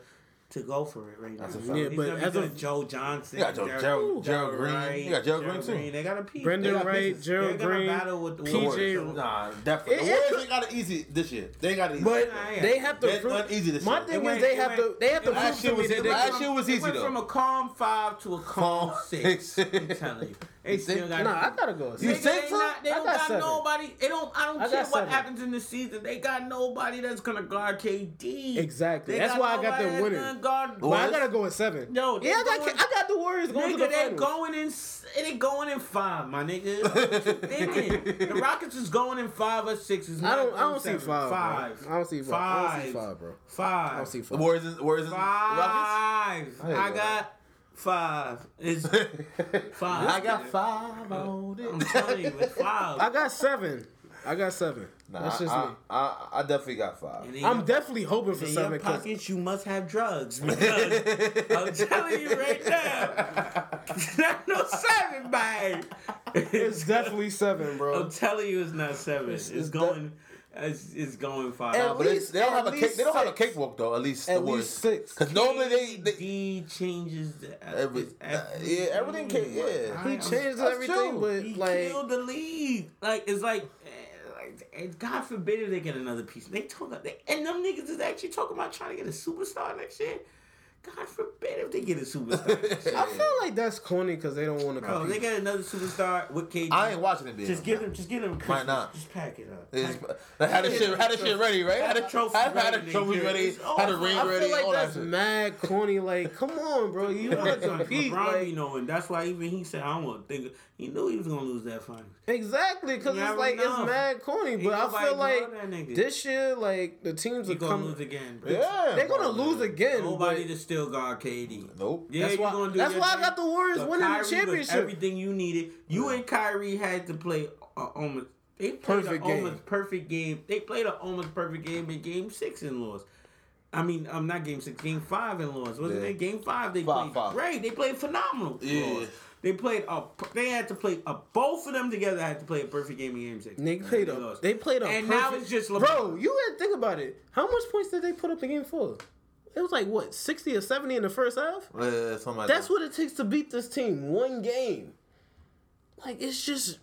to go for it right now.
That's a
He's
fact.
Yeah,
gonna
but
be
as
good.
of-
Joe Johnson,
You got Joe- Gerald- Gerald Green. You got Gerald Green, too.
They got a piece.
Brendan
They got
Wright,
pieces.
Gerald
They're gonna
Green,
battle with the
The
PJ
Warriors,
Warriors.
so-
Nah, definitely. The
It- it-
Warriors ain't got it easy this year. They got it easy.
But
Yeah.
they have to
That's
prove.
not easy to
my
say.
thing
It
is they
went-
have
it
to
went-
they have to
it
prove
last
to
year
me
was-
that they
last
can-
year was
it
easy,
went
though.
From a calm five to a calm
Calm
six.
six.
I'm telling you, they still got.
Nah, I gotta go.
You
Nigga,
said
they,
so?
not, they
I
don't
got
got,
seven.
nobody. They don't. I
I
don't care
got
what
seven.
happens in the season. They got nobody that's gonna guard KD.
Exactly.
They
That's why I got
nobody
them
that's
winning.
gonna Guard
But I
Warriors?
gotta go with seven.
No, they
yeah, I got
going-
I got the Warriors going to
Nigga,
the
they
finals.
going in. s- They going in five, my nigga. What you thinking? the Rockets is going in five or six. It's
I
not
don't I
going
don't see
seven.
five.
Five.
Bro. I don't see five. I don't see five, bro.
Five.
I don't see
The
five.
Warriors, is- Warriors, is- Rockets?
Five.
ain't
I
gonna
got five. It's five.
I got five on
I'm
it.
telling you, it's five.
I got seven. I got seven.
Nah,
That's just
I,
me.
I, I definitely got five.
And in
I'm
your-
definitely hoping for
in your
seven. 'cause-
pockets, you must have drugs. because I'm telling you right now, not no seven, babe.
It's definitely seven, bro.
I'm telling you, it's not seven. It's,
it's
going. It's, it's going five.
At
Nah, but it's- they don't
least-
have a
at
cake. They don't have a
least six.
cakewalk though. At least the
At
Warriors.
least six.
Because normally they, they
D changes the,
Every- uh,
it's
yeah, everything can- yeah.
He
I'm-
changed
that's
everything,
true.
but
He
like
killed the league. Like it's like, eh, like eh, God forbid if they get another piece. They talk they, and them niggas is actually talking about trying to get a superstar next year. God forbid if they get a superstar. next year.
I feel like that's corny because they don't want to
Bro, they
compete.
get another superstar with KD.
I ain't watching it. being
just
on
give
that.
them, just give them. Christmas.
not?
Just pack it up.
It's,
Pack-
they had the shit, had the shit ready, right? Had the
the trophy
had, had the
ready,
trophy
nigga.
ready,
It's
had the
over.
ring
I feel
I
ready,
feel like
all
that's
that shit.
mad corny. Like, come on, bro, you want to compete?
LeBron
Like,
be knowing. That's why even he said, "I don't want to think." of-" He knew he was gonna lose that final.
Exactly, because
Never
it's like
know.
it's mad corny.
Ain't
But I
nobody
feel
know
like
that nigga.
this year, like the teams
He
are
gonna
coming.
lose again. Bro.
Yeah,
They're gonna
bro.
lose again.
Nobody
but
to still guard KD.
Nope.
Yeah,
that's
you
why.
gonna do
That's
your
why I
thing.
got the Warriors
But
winning
Kyrie
the
was
championship.
Everything you needed. You and Kyrie had to play uh, almost. They played
Perfect
perfect
game.
almost perfect game. They played an almost perfect game in Game Six and lost. I mean, I'm um, not Game Six, Game Five and lost. Wasn't
Yeah.
it Game Five? They
Five,
played
five.
great. They played phenomenal.
Yeah.
Lost. They played a. They had to play a. Both of them together had to play a perfect game in Game Six.
Nigga played
They
a.
lost.
They played a.
And now
perfect-
it's just LeBron.
Bro, you had to think about it. How much points did they put up in game four? It was like what sixty or seventy in the first half.
Yeah, something like
That's
that.
what it takes to beat this team. One game. Like it's just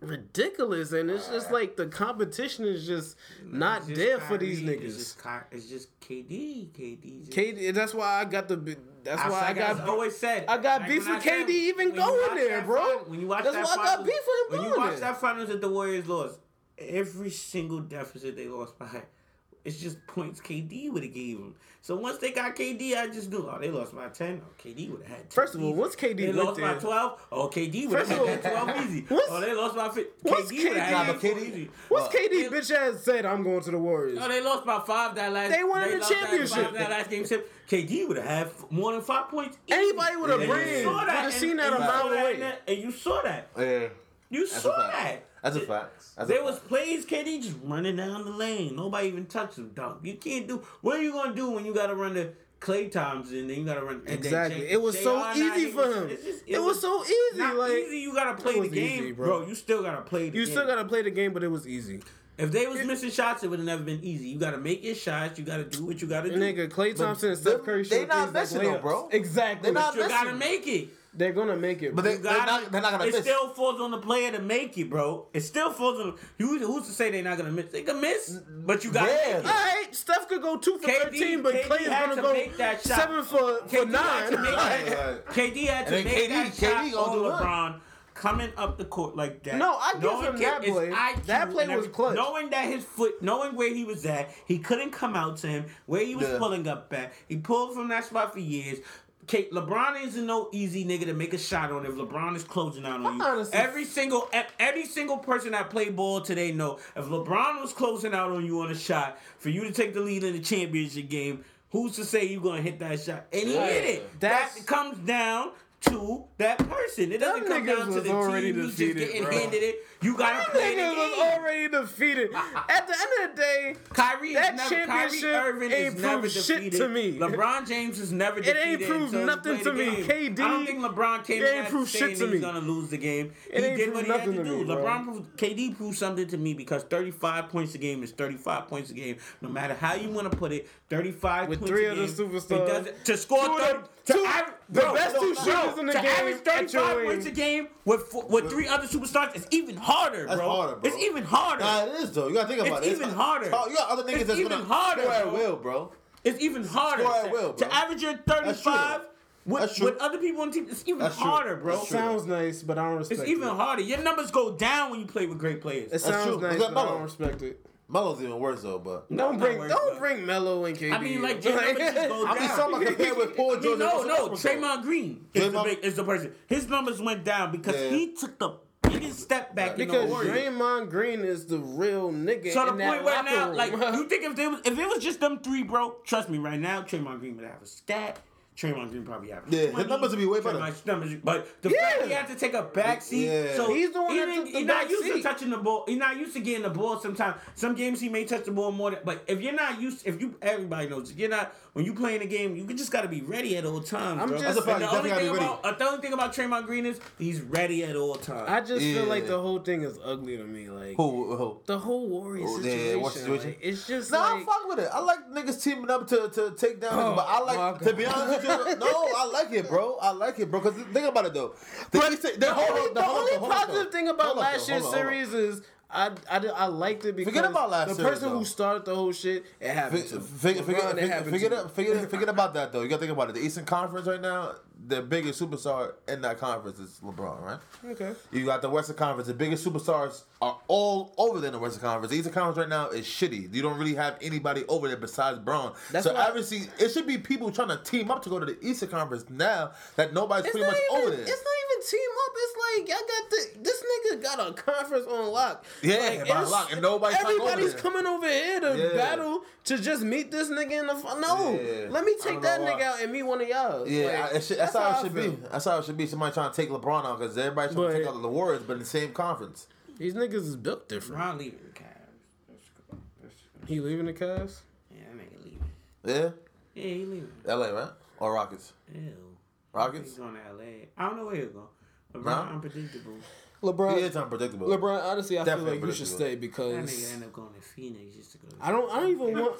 ridiculous, and it's just like the competition is just not
It's just
there for these
Kyrie.
niggas.
It's just, Ky- it's just KD. KD. Just,
KD, that's why I got the. bi- That's why I
like
got.
I've always said
I got beef
when
with
I said-
KD even
when you
going
watch
there,
that
bro.
final- When you watch
That's
that
why I got
finals-
beef with him
When you
going there.
watch that finals that the Warriors lost, every single deficit they lost by, it's just points KD would have gave them. So once they got KD, I just knew oh they lost by ten. Oh, KD would have had. 10
First of all,
easy.
once KD
they
went
lost by
there-
twelve, oh KD would have
First of
had that
all,
twelve easy.
what's-
Oh they lost by fifty.
what's
KD would
KD?
have
Nah,
had
but
12
KD
easy. Oh,
What's
Well,
KD bitch ass said? I'm going to the Warriors.
No, they lost by five that last.
They won the
lost that
championship.
Five, that last game, except KD would have had f- more than five points. easy.
Anybody with a
And you
brain
saw
would
that,
have
and-
seen that
and
a
you
mile
saw that,
away.
and that- And you saw that.
Yeah,
You
that's a
saw
fact.
that.
That's a fact. That's
There
a
was
fact.
plays KD just running down the lane. Nobody even touched him. Dunk. You can't do. What are you gonna do when you gotta run the Clay Thompson? Then you gotta run. and then
Exactly.
J-
It was so
JR not
easy
even-
for him.
it's just-
It was so easy.
not
Like
easy. You gotta play
It
the
was
game,
easy, bro.
bro. You still gotta play. The
you
game.
still gotta play the game, but it was easy.
If they was missing shots, it would have never been easy. You gotta make your shots. You gotta do what you gotta do.
Nigga, Clay Thompson and Steph
they-
Curry.
they
shooting
not
threes like
missing though,
layups.
bro.
Exactly.
They not-
You gotta
Listen.
make it.
They're gonna make it.
But
bro.
they,
You gotta-
they're not. They're not gonna
it
miss.
still falls on the player to make it, bro. It still falls on. You who's to say they're not gonna miss? They can miss, but you gotta
Yeah. Ah,
make
all
it.
right, Steph could go two for
KD
thirteen, but
KD
Clay is
had
gonna
to
go
make that shot.
seven for, for
KD had to make
nine.
that-
Right.
KD had to
And then
make
KD
that
KD
shot
gonna
on
do nothing.
LeBron coming up the court like that.
No, I give
Knowing
him
K-
that
it's
play.
IQ
That play
and
was
everything.
clutch.
Knowing that his foot, knowing where he was at, he couldn't come out to him. Where he was
Yeah.
pulling up at, he pulled from that spot for years. K- LeBron isn't no easy nigga to make a shot on if LeBron is closing out on you.
Honestly.
Every single e- every single person that played ball today know if LeBron was closing out on you on a shot for you to take the lead in the championship game, who's to say you're gonna hit that shot? And he
Right.
hit it.
That's-
that comes down to that person. It doesn't
Them
come
niggas
down to
was
the
already
team. You just
defeated,
getting
bro.
handed it. You gotta
Them
play the
niggas
game.
was already defeated. At the end of the day,
Kyrie is
That
never,
championship
Kyrie Irving
ain't
is never
proved shit
defeated.
to me.
LeBron James is never
ain't
defeated.
proved
until he
nothing
played
to
the
me.
game. I don't
KD,
think LeBron came
it
in
ain't
that
proved
saying
shit to
he was
me.
gonna lose the game.
It
he
ain't
did what
proved
he had to,
nothing to
do.
me, bro.
LeBron proved, KD proved something to me because 35 points a game is 35 points a game. No matter how you want to put it, 35
With
points
three
a
other
game,
superstars,
it doesn't- to score
two of
30,
them-
to
two-
aver-
the
bro,
best
no,
two
no,
shooters in the
to
game
average
at your
35 points
wing.
a game with four, with three other superstars is even harder,
That's
bro.
harder, bro.
It's even harder.
Nah, it is though. You gotta think about
It's
it.
even
not-
harder.
You got other niggas
It's
that's
even
gonna
harder,
score at
bro.
will, bro.
It's even harder.
Score at will, bro.
To average your 35
true. That's
with,
true.
with other people on the team, it's even
That's true.
harder, bro.
That's true.
sounds nice, but I don't respect
It's
it.
even harder. Your numbers go down when you play with great players.
It
true.
sounds
Was
nice,
that
but I
Melo?
don't respect it.
Melo's even worse though, but
Don't
not
bring
worried
don't
about it.
bring Melo and KD.
I mean, like, your numbers just go
I mean,
down.
somebody compared with Paul
I
George.
mean, no,
and
no,
Russell Westbrook, though.
Draymond Green is the,
Draymond-
big, is the person. His numbers went down because
Yeah.
he took the biggest step back in the
because
Warriors.
Draymond Green is the real nigga.
So
in
the
that
point right
locker
now, like
room.
you think if they was if it was just them three, bro, trust me, right now Draymond Green would have a stat. Traymond Green probably have
Yeah, his numbers would be way better.
Numbers, but the
Yeah.
fact he had to take a back seat,
Yeah.
so
He's the one
he
that
didn't-
took the
he
back
not used
seat.
to touching the ball. He's not used to getting the ball. Sometimes some games he may touch the ball more, than, but if you're not used, if you everybody knows, if you're not when you playing a game, you just got to be ready at all times.
I'm
bro.
just- That's a
fact.
And
You
the only
definitely
thing
gotta be
about uh, the only thing about Traymond Green is he's ready at all times.
I just feel like
Yeah.
the whole thing is ugly to me. Like
Who? Who?
the whole Warriors
Oh,
situation.
yeah, what situation?
like, it's just
No, I
like
fuck with it. I like niggas teaming up to, to take down, niggas, but I like
my
to be honest with you. No, I like it, bro. I like it, bro. Cause think about it though. The, East- the,
the
hold
only,
on,
the
hold on,
only
hold on,
positive
though.
thing about
Hold on,
last
though,
year's
hold on, hold on.
series is I, I did- I liked it because
about last
the
series,
person
though.
who started the whole shit it happened to.
Fig- fig-
LeBron, it
Forget
happened
forget
to.
it- forget- forget about that though. You gotta think about it. The Eastern Conference right now, the biggest superstar in that conference is LeBron, right?
Okay.
You got the Western Conference. The biggest superstars are all over there in the Western Conference. The Eastern Conference right now is shitty. You don't really have anybody over there besides Braun.
That's
so
why-
obviously, it should be people trying to team up to go to the Eastern Conference now that nobody's
It's
pretty
not,
much
even,
over there.
it's not even team up. It's like y'all got the this nigga got a conference on lock.
Yeah,
like,
by
it's-
lock, and nobody's not
everybody's
over there.
coming over here to
Yeah.
battle to just meet this nigga in the fi- no.
Yeah.
Let me
I
take
don't
that
know
nigga
why.
out and meet one of y'all.
yeah,
Like,
I- it should- that's, how,
I
it should
feel.
be. That's how it should be. Somebody trying to take LeBron out because everybody's trying to
But-
take out the Warriors, but in the same conference.
These niggas is built different.
Ron leaving the Cavs. That's- that's-
He leaving the Cavs.
Yeah, that nigga leaving.
Yeah,
Yeah, he leaving.
L.A. right or Rockets?
Ew. He's
Rockets.
going to LA. I don't know where he's going. LeBron
Nah.
unpredictable.
He
LeBron.
is unpredictable.
LeBron, honestly, I
Definitely
feel like you should
predictable.
stay
That
because
nigga end up going to Phoenix just to go. To
I don't. I don't even want.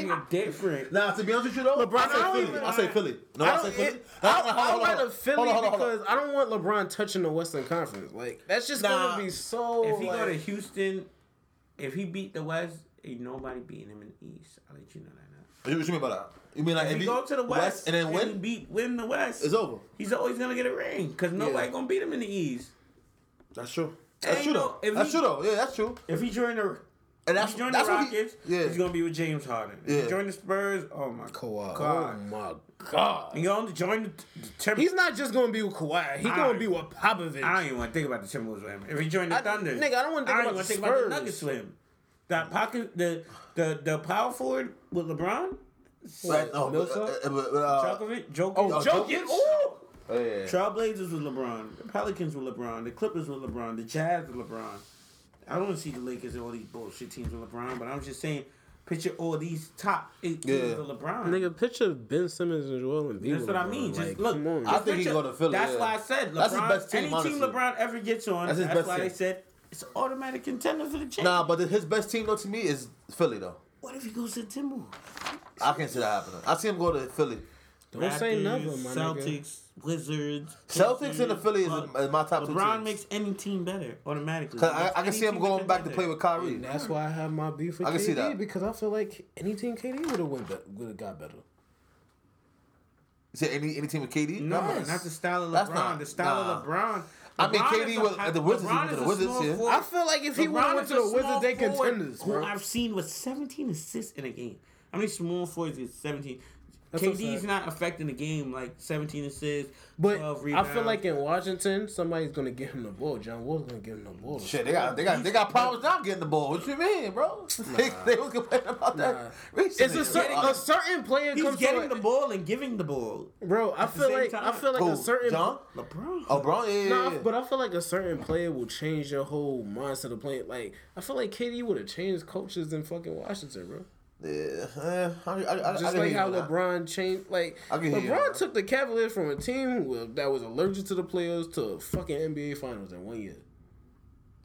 Nigga different.
Nah, to be honest with you though,
LeBron,
I say
I don't
Philly.
even-
I say Philly. No,
I
I, say
don't.
Philly.
It,
No,
I,
hold on,
I,
hold on,
rather
hold on.
Philly
Hold on, hold on, hold on.
because I don't want LeBron touching the Western Conference. Like that's just
Nah.
gonna be so.
If he go to
like-
Houston, if he beat the West, ain't nobody beating him in the East. I'll let you know that now.
What you mean by that? You mean like
If,
if
he
you
go to the West,
and then
he
win?
beat win the West,
It's over.
he's always gonna get a ring because nobody
Yeah.
gonna beat him in the East.
That's true. That's
Ain't
true
no-
though.
if
That's
he-
true though. Yeah, that's true.
If he join the
And
if
that's
he join the
that's what he-
Rockets,
yeah.
he's gonna be with James Harden. If
Yeah.
he join the Spurs, oh my
Kawhi.
god,
Oh my god.
He gonna join the, the Timberwolves.
He's not just gonna be with Kawhi. He
I
gonna
don't-
be with Popovich.
I don't even want to think about the Timberwolves with him. If he joined the
I-
Thunder,
nigga, I don't wanna think about
even wanna
the
the
Spurs.
Nuggets with him. That pocket, the the the power forward with LeBron,
But, no, but, uh,
Millsap?
uh, but, uh,
Djokovic, Jokic,
oh,
Jokic.
Jokic?
Ooh.
oh, yeah.
Trailblazers with LeBron, the Pelicans with LeBron, the Clippers with LeBron, the Jazz with LeBron. I don't see the Lakers and all these bullshit teams with LeBron, but I'm just saying, picture all these top eight teams
Yeah.
with LeBron.
Nigga, picture Ben Simmons and Joel Embiid.
That's what I mean. Just look,
come on.
I
just
think he
picture-
go to Philly,
That's
yeah.
why I said LeBron.
That's his best team,
any
honestly.
team LeBron ever gets on,
That's
that's,
his best
why they
team.
said it's an automatic contender for the championship.
Nah, but his best team though to me is Philly though.
What if he goes to Timberwolves?
I can see that happening. I see him go to Philly.
Don't say nothing, my
Celtics,
nigga.
Wizards.
Celtics and the
Pacers,
Philly is,
but
is my top two
LeBron
teams.
makes any team better automatically.
'Cause I, I can see him going back to play with Kyrie.
And that's why I have my beef with
I can
KD
see that.
because I feel like any team KD would have went would have got better.
Is there any any team with KD?
No,
Nah, man.
not the style of
That's
LeBron.
not-
the style
nah.
of LeBron.
I mean,
LeBron
KD
is a
was-
high-
the Wizards, he
LeBron
went to
is
the
a
Wizards,
small
yeah.
forward.
I feel like if he would've
LeBron
went
is
to
a
the Wizards,
small
they
forward
contenders,
Who
bro.
I've seen with 17 assists in a game. How many small forwards get 17?
That's so
KD's
sad.
not affecting the game like 17 assists,
But
12
I
rebounds.
feel like in Washington, somebody's gonna give him the ball. John Wall's gonna give him the ball.
Shit, they got they got they got problems not getting the ball. What you mean, bro? They, they was complaining about
Nah.
that recently.
It's a certain a certain player
he's
comes
getting
to
the ball and giving the ball.
bro. I
the
feel
same
like I
time.
feel like
Who,
a certain
John.
LeBron.
Oh, bro, yeah, yeah,
No,
yeah.
but I feel like a certain player will change your whole mindset of playing. Like I feel like KD would have changed coaches in fucking Washington, bro.
yeah. eh, I, I, I, I
Just
didn't
like
hear
how
that.
LeBron changed. Like
I can hear you on
LeBron
that.
took the Cavaliers from a team who- that was allergic to the playoffs to fucking NBA Finals in one year.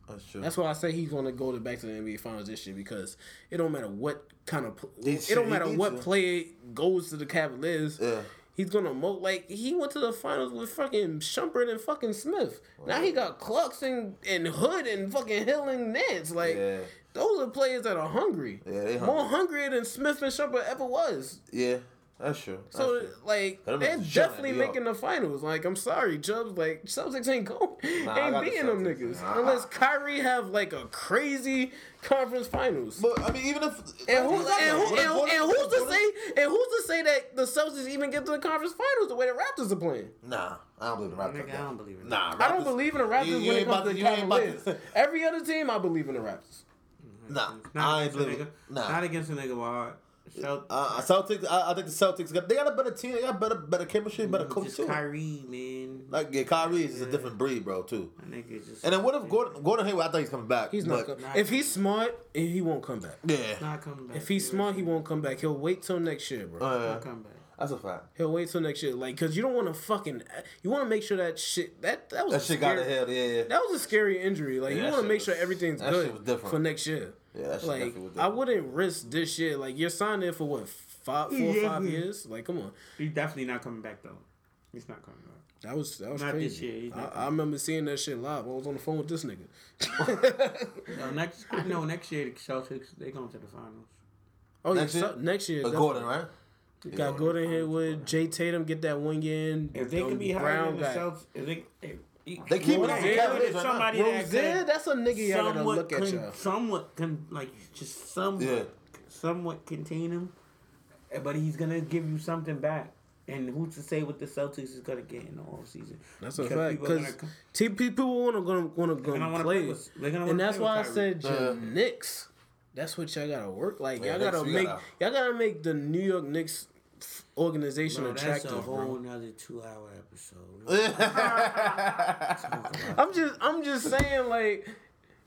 That's true.
That's why I say he's going to go to back to the NBA Finals this year because it don't matter what kind of pl-
This
it
shit,
don't
he
matter
needs
what
to.
player goes to the Cavaliers.
Yeah.
He's gonna mo like he went to the finals with fucking Shumpert and fucking Smith. Now he got Clucks and, and Hood and fucking Hill and Nance. Like
Yeah.
those are players that are hungry.
Yeah, they
More
hungry.
hungrier than Smith and Shumpert ever was.
yeah, that's true. That's
So
true.
like
Them
they're
niggas chilling,
definitely
yo.
making the finals. Like I'm sorry, Chubbs. Like Celtics ain't going,
Nah, I got
ain't
the
beating them
Celtics,
niggas
man.
unless Kyrie have like a crazy conference finals.
But I mean, even if
and, who, and,
Like,
who,
what if-
and, who-
what if-
and who's to
what if-
say? And who's to say that the Celtics even get to the conference finals the way the Raptors are playing?
Nah, I don't believe in Raptors.
Nigga, I
though.
don't believe in
Nah, Raptors.
I don't believe in the Raptors
You- you
when it
ain't
comes
about
to
to-
the
you ain't about to-
Cavaliers. Every other team, I believe in the Raptors.
Nah,
Not
I ain't
against a
believing.
nigga.
Nah,
Not against a nigga, my heart. Shel-
Uh, Celtics. I, I think the Celtics got they got a better team. They got better better chemistry, better coach
Mm, just
too.
Kyrie, man.
Like yeah, Kyrie is just a different breed, bro, too.
That nigga just.
And then what if Gordon Gordon Hayward? I think he's coming back.
He's not.
but-
Come, if he's smart, he won't come back.
Yeah,
Not coming back.
If he's smart, he won't come back. He'll wait till next year, bro.
Uh,
Not come back.
that's a fact.
He'll wait till next year, like, cause you don't want to fucking. You want to make sure that shit that that was
That
a
shit got
scary,
to hell. Yeah, yeah.
That was a scary injury. Like
Yeah,
you
that
want to
shit
make
was-
sure everything's
that shit was
good
different.
for next year.
Yeah, that shit
like
definitely was
I
different.
wouldn't risk this shit. Like you're signed there for what five, four, or five years. Like come on,
He's definitely not coming back though. He's not coming back.
that was that was
Not
crazy.
this year, he's not
I, I remember seeing that shit live. I was on the phone with this nigga.
No, next I know next year the Celtics they going to the finals.
oh
Next
yeah,
year?
so- next year.
But
definitely.
Gordon, right?
You got Gordon Hayward, Jay Tatum get that one year in.
If they
um,
could be higher
Brown
than the
guy.
Celtics, if they if,
They keep it on
Rozier
the Cavaliers
is
right
somebody
now.
that
Rozier,
can
that's a nigga y'all gotta
somewhat
look at
con-
y'all.
somewhat con- like just somewhat
Yeah.
somewhat contain him, eh, but he's gonna give you something back. And who's to say what the Celtics is gonna get in the offseason?
That's a
Because
fact.
people are
Because
gonna come-
people want to gonna gonna, gonna,
gonna wanna
play,
play with- they're gonna
and
wanna
that's
play
why I
with Kyrie.
said your Knicks. That's what y'all gotta work like.
Yeah,
y'all gotta
Knicks, we
make
gotta-
y'all gotta make the New York Knicks f- organization
Bro, that's
attractive.
a whole
bro.
nother two hour episode.
I'm just I'm just saying like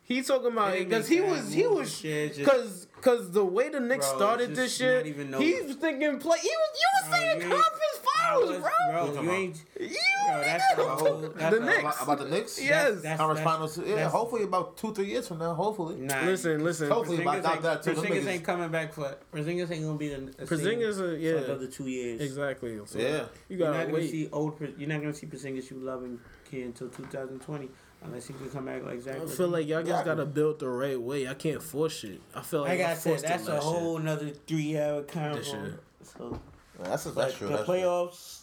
he talking about
They
because
make
he
that
was he
move
was
shit, just-
because because the way the Knicks
Bro,
started
just
this
not
year,
even know-
he was thinking play. He was you were
Bro,
saying
you ain't-
conference finals, bro.
Bro,
Who
you
talking
ain't.
You
Bro, that's
nigga,
the whole- that's
the
the-
Knicks.
About, about the Knicks?
Yes.
That's-
Conference
that's-
finals. Yeah,
that's-
hopefully about two, three years from now. Hopefully.
Nah,
Listen, listen.
Hopefully, but I doubt that too. Them
Porzingis
niggas-
ain't coming back for. Porzingis ain't gonna be the. the same
Porzingis, uh, yeah.
for another two years.
Exactly. So
Yeah.
You
You're
gotta
not gonna
wait.
see old. Porz- You're not gonna see Porzingis you love and care until 2020, unless he can come back like Zach.
I
Levine.
feel like y'all just
Yeah.
gotta build the right way. I can't force it. I feel like
like I said,
forced it
that's a
last year.
whole another three hour convo.
year.
So
Yeah, that's that's
like,
true.
the
That's true.
playoffs.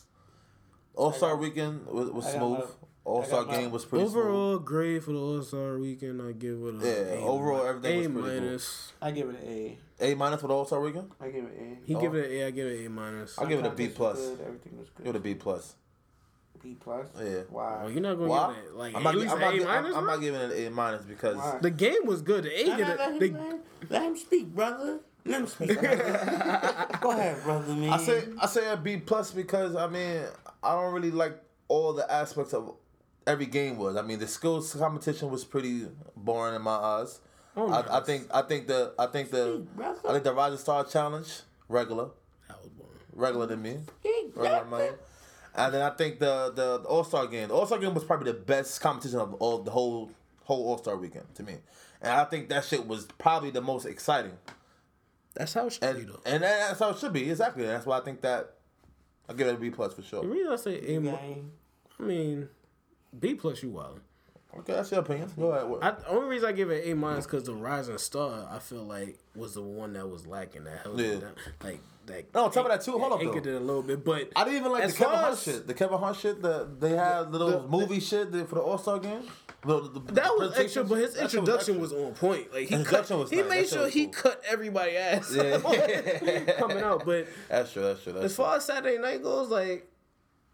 All Star weekend was, was
I got
smooth.
my-
All Star
I got my-
game was pretty smooth.
Overall grade for the All Star weekend, I give it a
Yeah, overall, everything
A
was pretty
minus.
I give it an A.
A minus for the All Star weekend.
I give it an A.
He
Oh.
give it an A. I give it an A minus.
I'll give it a
Contest
B
was
plus.
good, Everything was good.
Give it a B plus.
B plus.
Yeah.
Oh,
Wow.
you're not gonna
Why?
give it like
I'm
at
not,
least
I'm,
an
not,
A
gi- I'm,
minus.
I'm
bro?
not giving it an A minus because
Why?
The game was good. The A
Nah,
get
nah,
it.
let,
The,
him, let him- let him speak, brother. Let him speak. brother. Go ahead, brother. Man.
I say I say a B plus because I mean I don't really like all the aspects of every game was. I mean the skills competition was pretty boring in my eyes.
Oh, nice.
I, I think I think the I think the
brother.
I think the Rising Star Challenge regular
That was boring.
regular to me
Hey,
regular to
brother.
mine. And then I think the the, the All Star game the All Star game was probably the best competition of all the whole whole All Star weekend to me. And I think that shit was probably the most exciting.
That's how it should be
And,
though.
and that's how it should be exactly. That's why I think that I give it a B plus for sure.
The reason I say A, mi-
Dang.
I mean B plus. You wild.
Okay, that's your opinion. Go ahead.
I, the only reason I give it A minus because the Rising Star I feel like was the one that was lacking that held
Yeah.
it down. Like that.
No, on top of that, too, hold up, though.
anchored it a little bit, but
I didn't even like
as
the Kevin
far
Hart
as-
shit. The Kevin Hart shit. The, they had little
the-
movie shit that- for the All Star game. The- the- the
That was extra,
presentation
but his
shit, that shit
introduction
extra.
was, on point. Like he
His
cut,
introduction was
he
nice. That
made
shit
sure
was
he
cool.
cut everybody ass
Yeah.
coming out. But
That's true. That's true. That's
as
true.
far as Saturday night goes, like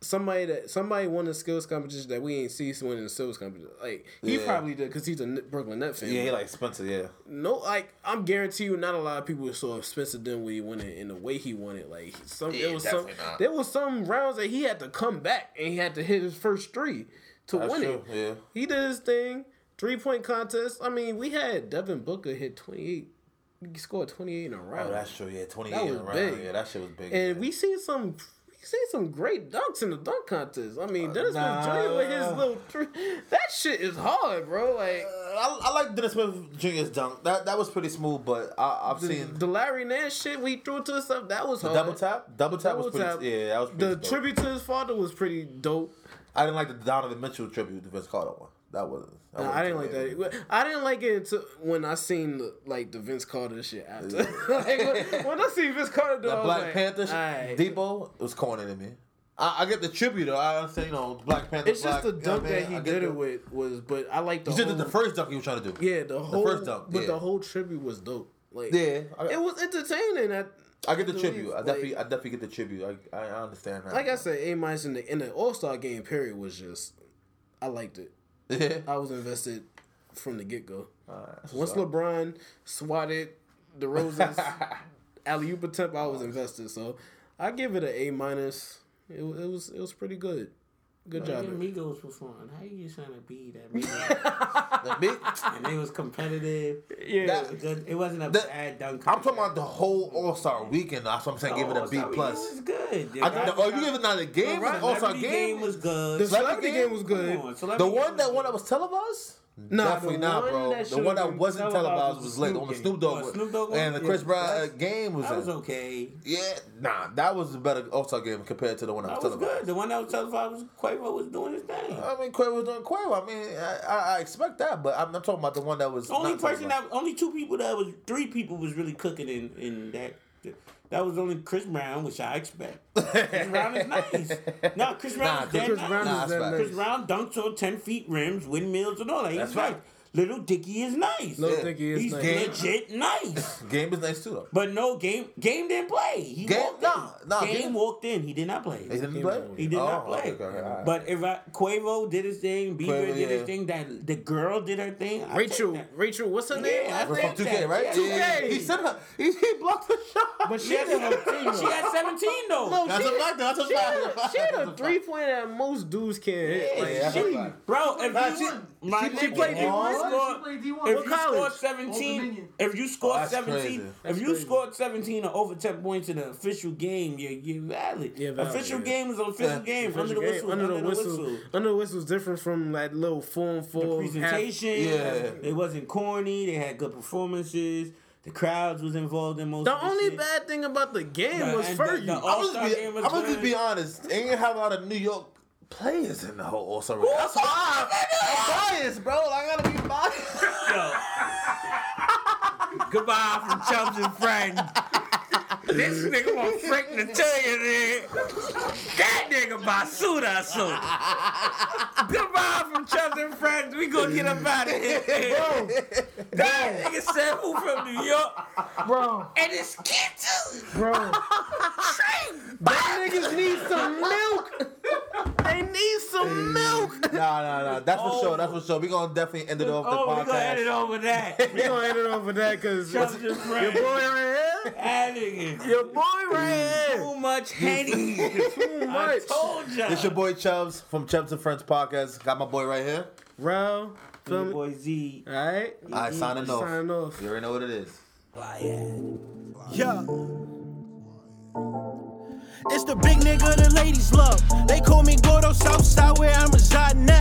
somebody that somebody won the skills competition that we ain't see winning the skills competition. Like he
Yeah.
probably did because he's a N- Brooklyn Net fan.
Yeah, he like Spencer. Yeah.
no, like I'm guarantee you, not a lot of people saw Spencer Dinwiddie win it in the way he won it. Like some,
Yeah,
it was some,
definitely not.
there was some rounds that he had to come back and he had to hit his first three to
That's
win
true.
it.
Yeah.
He did his thing. Three point contest. I mean, we had Devin Booker hit 28. He scored 28 in a row.
Oh, that's true. Yeah, twenty
That
eight
was
around.
big.
Yeah, that shit was big.
and
yeah.
we seen some we seen some great dunks in the dunk contest. I mean, Dennis
Uh, nah.
Smith Jr. with his little three. That shit is hard, bro. Like
I, I like Dennis Smith Jr.'s dunk. That that was pretty smooth, but I, I've
the,
seen
the Larry Nance shit we threw to himself, that was hard.
double tap. Double tap was
Double
pretty.
tap.
Yeah, that was pretty
The
dope.
tribute to his father was pretty dope.
I didn't like the Donovan Mitchell tribute to Vince Carter one. That was. That
Nah,
was
I didn't like that. I didn't like it until when I seen the, like the Vince Carter shit after. like, when, when I see Vince Carter, do, I
That
was
Black
like,
Panther shit,
"Alright."
Depot it was corny to me. I, I get the tribute though. I understand, you know, Black Panther.
It's just
Black,
the
you know
dunk
what I mean?
that he
I get
did
the-
it with was, but I like the
He
whole,
just did the first dunk he was trying to do.
yeah the whole
first dunk,
but
yeah.
the whole tribute was dope. Like
Yeah, I,
it was entertaining. At,
I get the
believe,
tribute. I
like-
definitely, I definitely get the tribute. I, I understand that.
like I said, A minus in the in the All Star game period was just I liked it.
yeah.
I was invested from the get go.
Alright, that's
Once
what's up.
LeBron swatted the roses alley oop attempt, I was invested. So I give it a A minus. It, wa- it was it was pretty good. Good
How
job.
did
man.
Migos perform? How you trying to be that? Migos?
Like, big-
and it was competitive.
Yeah.
It was good. It wasn't a
That-
bad dunk.
I'm talking about the whole All Star weekend. That's what I'm saying. give it a
All-Star weekend
B plus.
was good.
I think the, oh, you give it not a game.
Right,
All Star
Celebrity
game.
was good.
The
Celebrity
celebrity
game?
game was good.
Come on,
The
Celebrity
one
was
that
good.
one that was televised?
the
Definitely not,
one
bro.
that
the one that
should've been
wasn't
televised
televised
was
was
the
late.
Snoop
On the
game.
Snoop Dogg,
Oh,
one.
Snoop Dogg
and the
one?
Chris
Yeah,
Brown uh,
that's-
game was,
That was
in.
okay.
Yeah, nah, that was a better All Star game compared to the one that,
That
was
was
televised.
good. The one that was televised was Quavo was doing his thing.
I mean, Quavo was doing Quavo. I mean, I, I, I expect that, but I'm not talking about the one that was
only
not
person
televised.
that only two people that was three people was really cooking in in that. That was only Chris Brown, which I expect. Chris Brown is nice. No, Chris Brown
Nah,
is dead
Chris
nice.
Brown
Nah,
is
that's
that
right.
nice.
Chris Brown dunks on ten feet rims, windmills, and all that. He's
That's
nice.
right.
Little Dicky is nice.
Little
Yeah.
Dicky is
He's
nice.
gay.
legit nice.
game is nice too, though.
But no game. Game didn't play. He
Game-
walked
nah,
in.
nah,
game,
game-
walked in. He did not play.
He didn't
Game
play.
was-
He did
Oh,
not play.
okay, okay, all right.
But if I, Quavo did his thing, Bieber
Quavo,
did his
yeah.
thing, that the girl did her thing. I take
Rachel,
that.
Rachel, what's her name?
Yeah, I
It was
think
from 2K,
that-
right?
yeah.
Yeah, He sent her. He, he blocked the shot.
But
She had, she had 17 though.
No,
That's
she,
a fact, that's a
she
fact.
had a- she had a three point that most dudes can't hit.
Yeah,
Like,
Yeah, that's
she-
a fact.
Bro, if
Nah,
you,
she-
my
she- she
nigga,
played
if you
D1?
score-
She played D1.
If
What
you scored
college?
17,
Dominion.
if you scored
that's
17,
crazy.
if
That's
you
crazy.
scored 17 or over 10 points in the official game, you're, you're valid.
Yeah, valid,
official
yeah.
game is an official
Yeah.
game. Under the
Yeah,
whistle.
under the whistle. Under the whistle is different from like little form
The
for
presentation,
Yeah.
it wasn't corny. They had good performances. The crowds was involved in most. of
The
the
only
shit.
bad thing about the game
Nah,
was
and the-
Fergie.
the-
I'm gonna
All-Star
just be,
game
I'm
was
gonna just
good.
be honest. They didn't have a lot of New York players in the whole All Star. That's why Ah, I'm biased, bro. I gotta be biased.
Yo. Goodbye from Chubbs and Frank. This nigga want Frank to tell you that. That nigga Basuda so. Goodbye from Chubbs and Friends. We gonna get up out of here. that nigga said who from New York?
bro,
And it's Kitty.
bro. Niggas need some milk. they need some milk.
Nah, nah, nah. That's for
Oh.
sure. That's for sure. We gonna definitely end it off the
Oh, we gonna
podcast.
edit over that.
We gonna end it over that because your
Chubbs
boy
and Friends.
right here,
That nigga.
your boy right here.
Too much Henny. Too
much.
I told ya.
It's your boy Chubbs from Chubbs and Friends podcast. Got my boy right here.
Bro,
Your
feel me? All
boy Z.
right,
All right, Mm-hmm. signing off.
sign off.
You already know what it is.
Yeah. It's the big nigga the ladies love. They call me Gordo Southside where I'm residing now.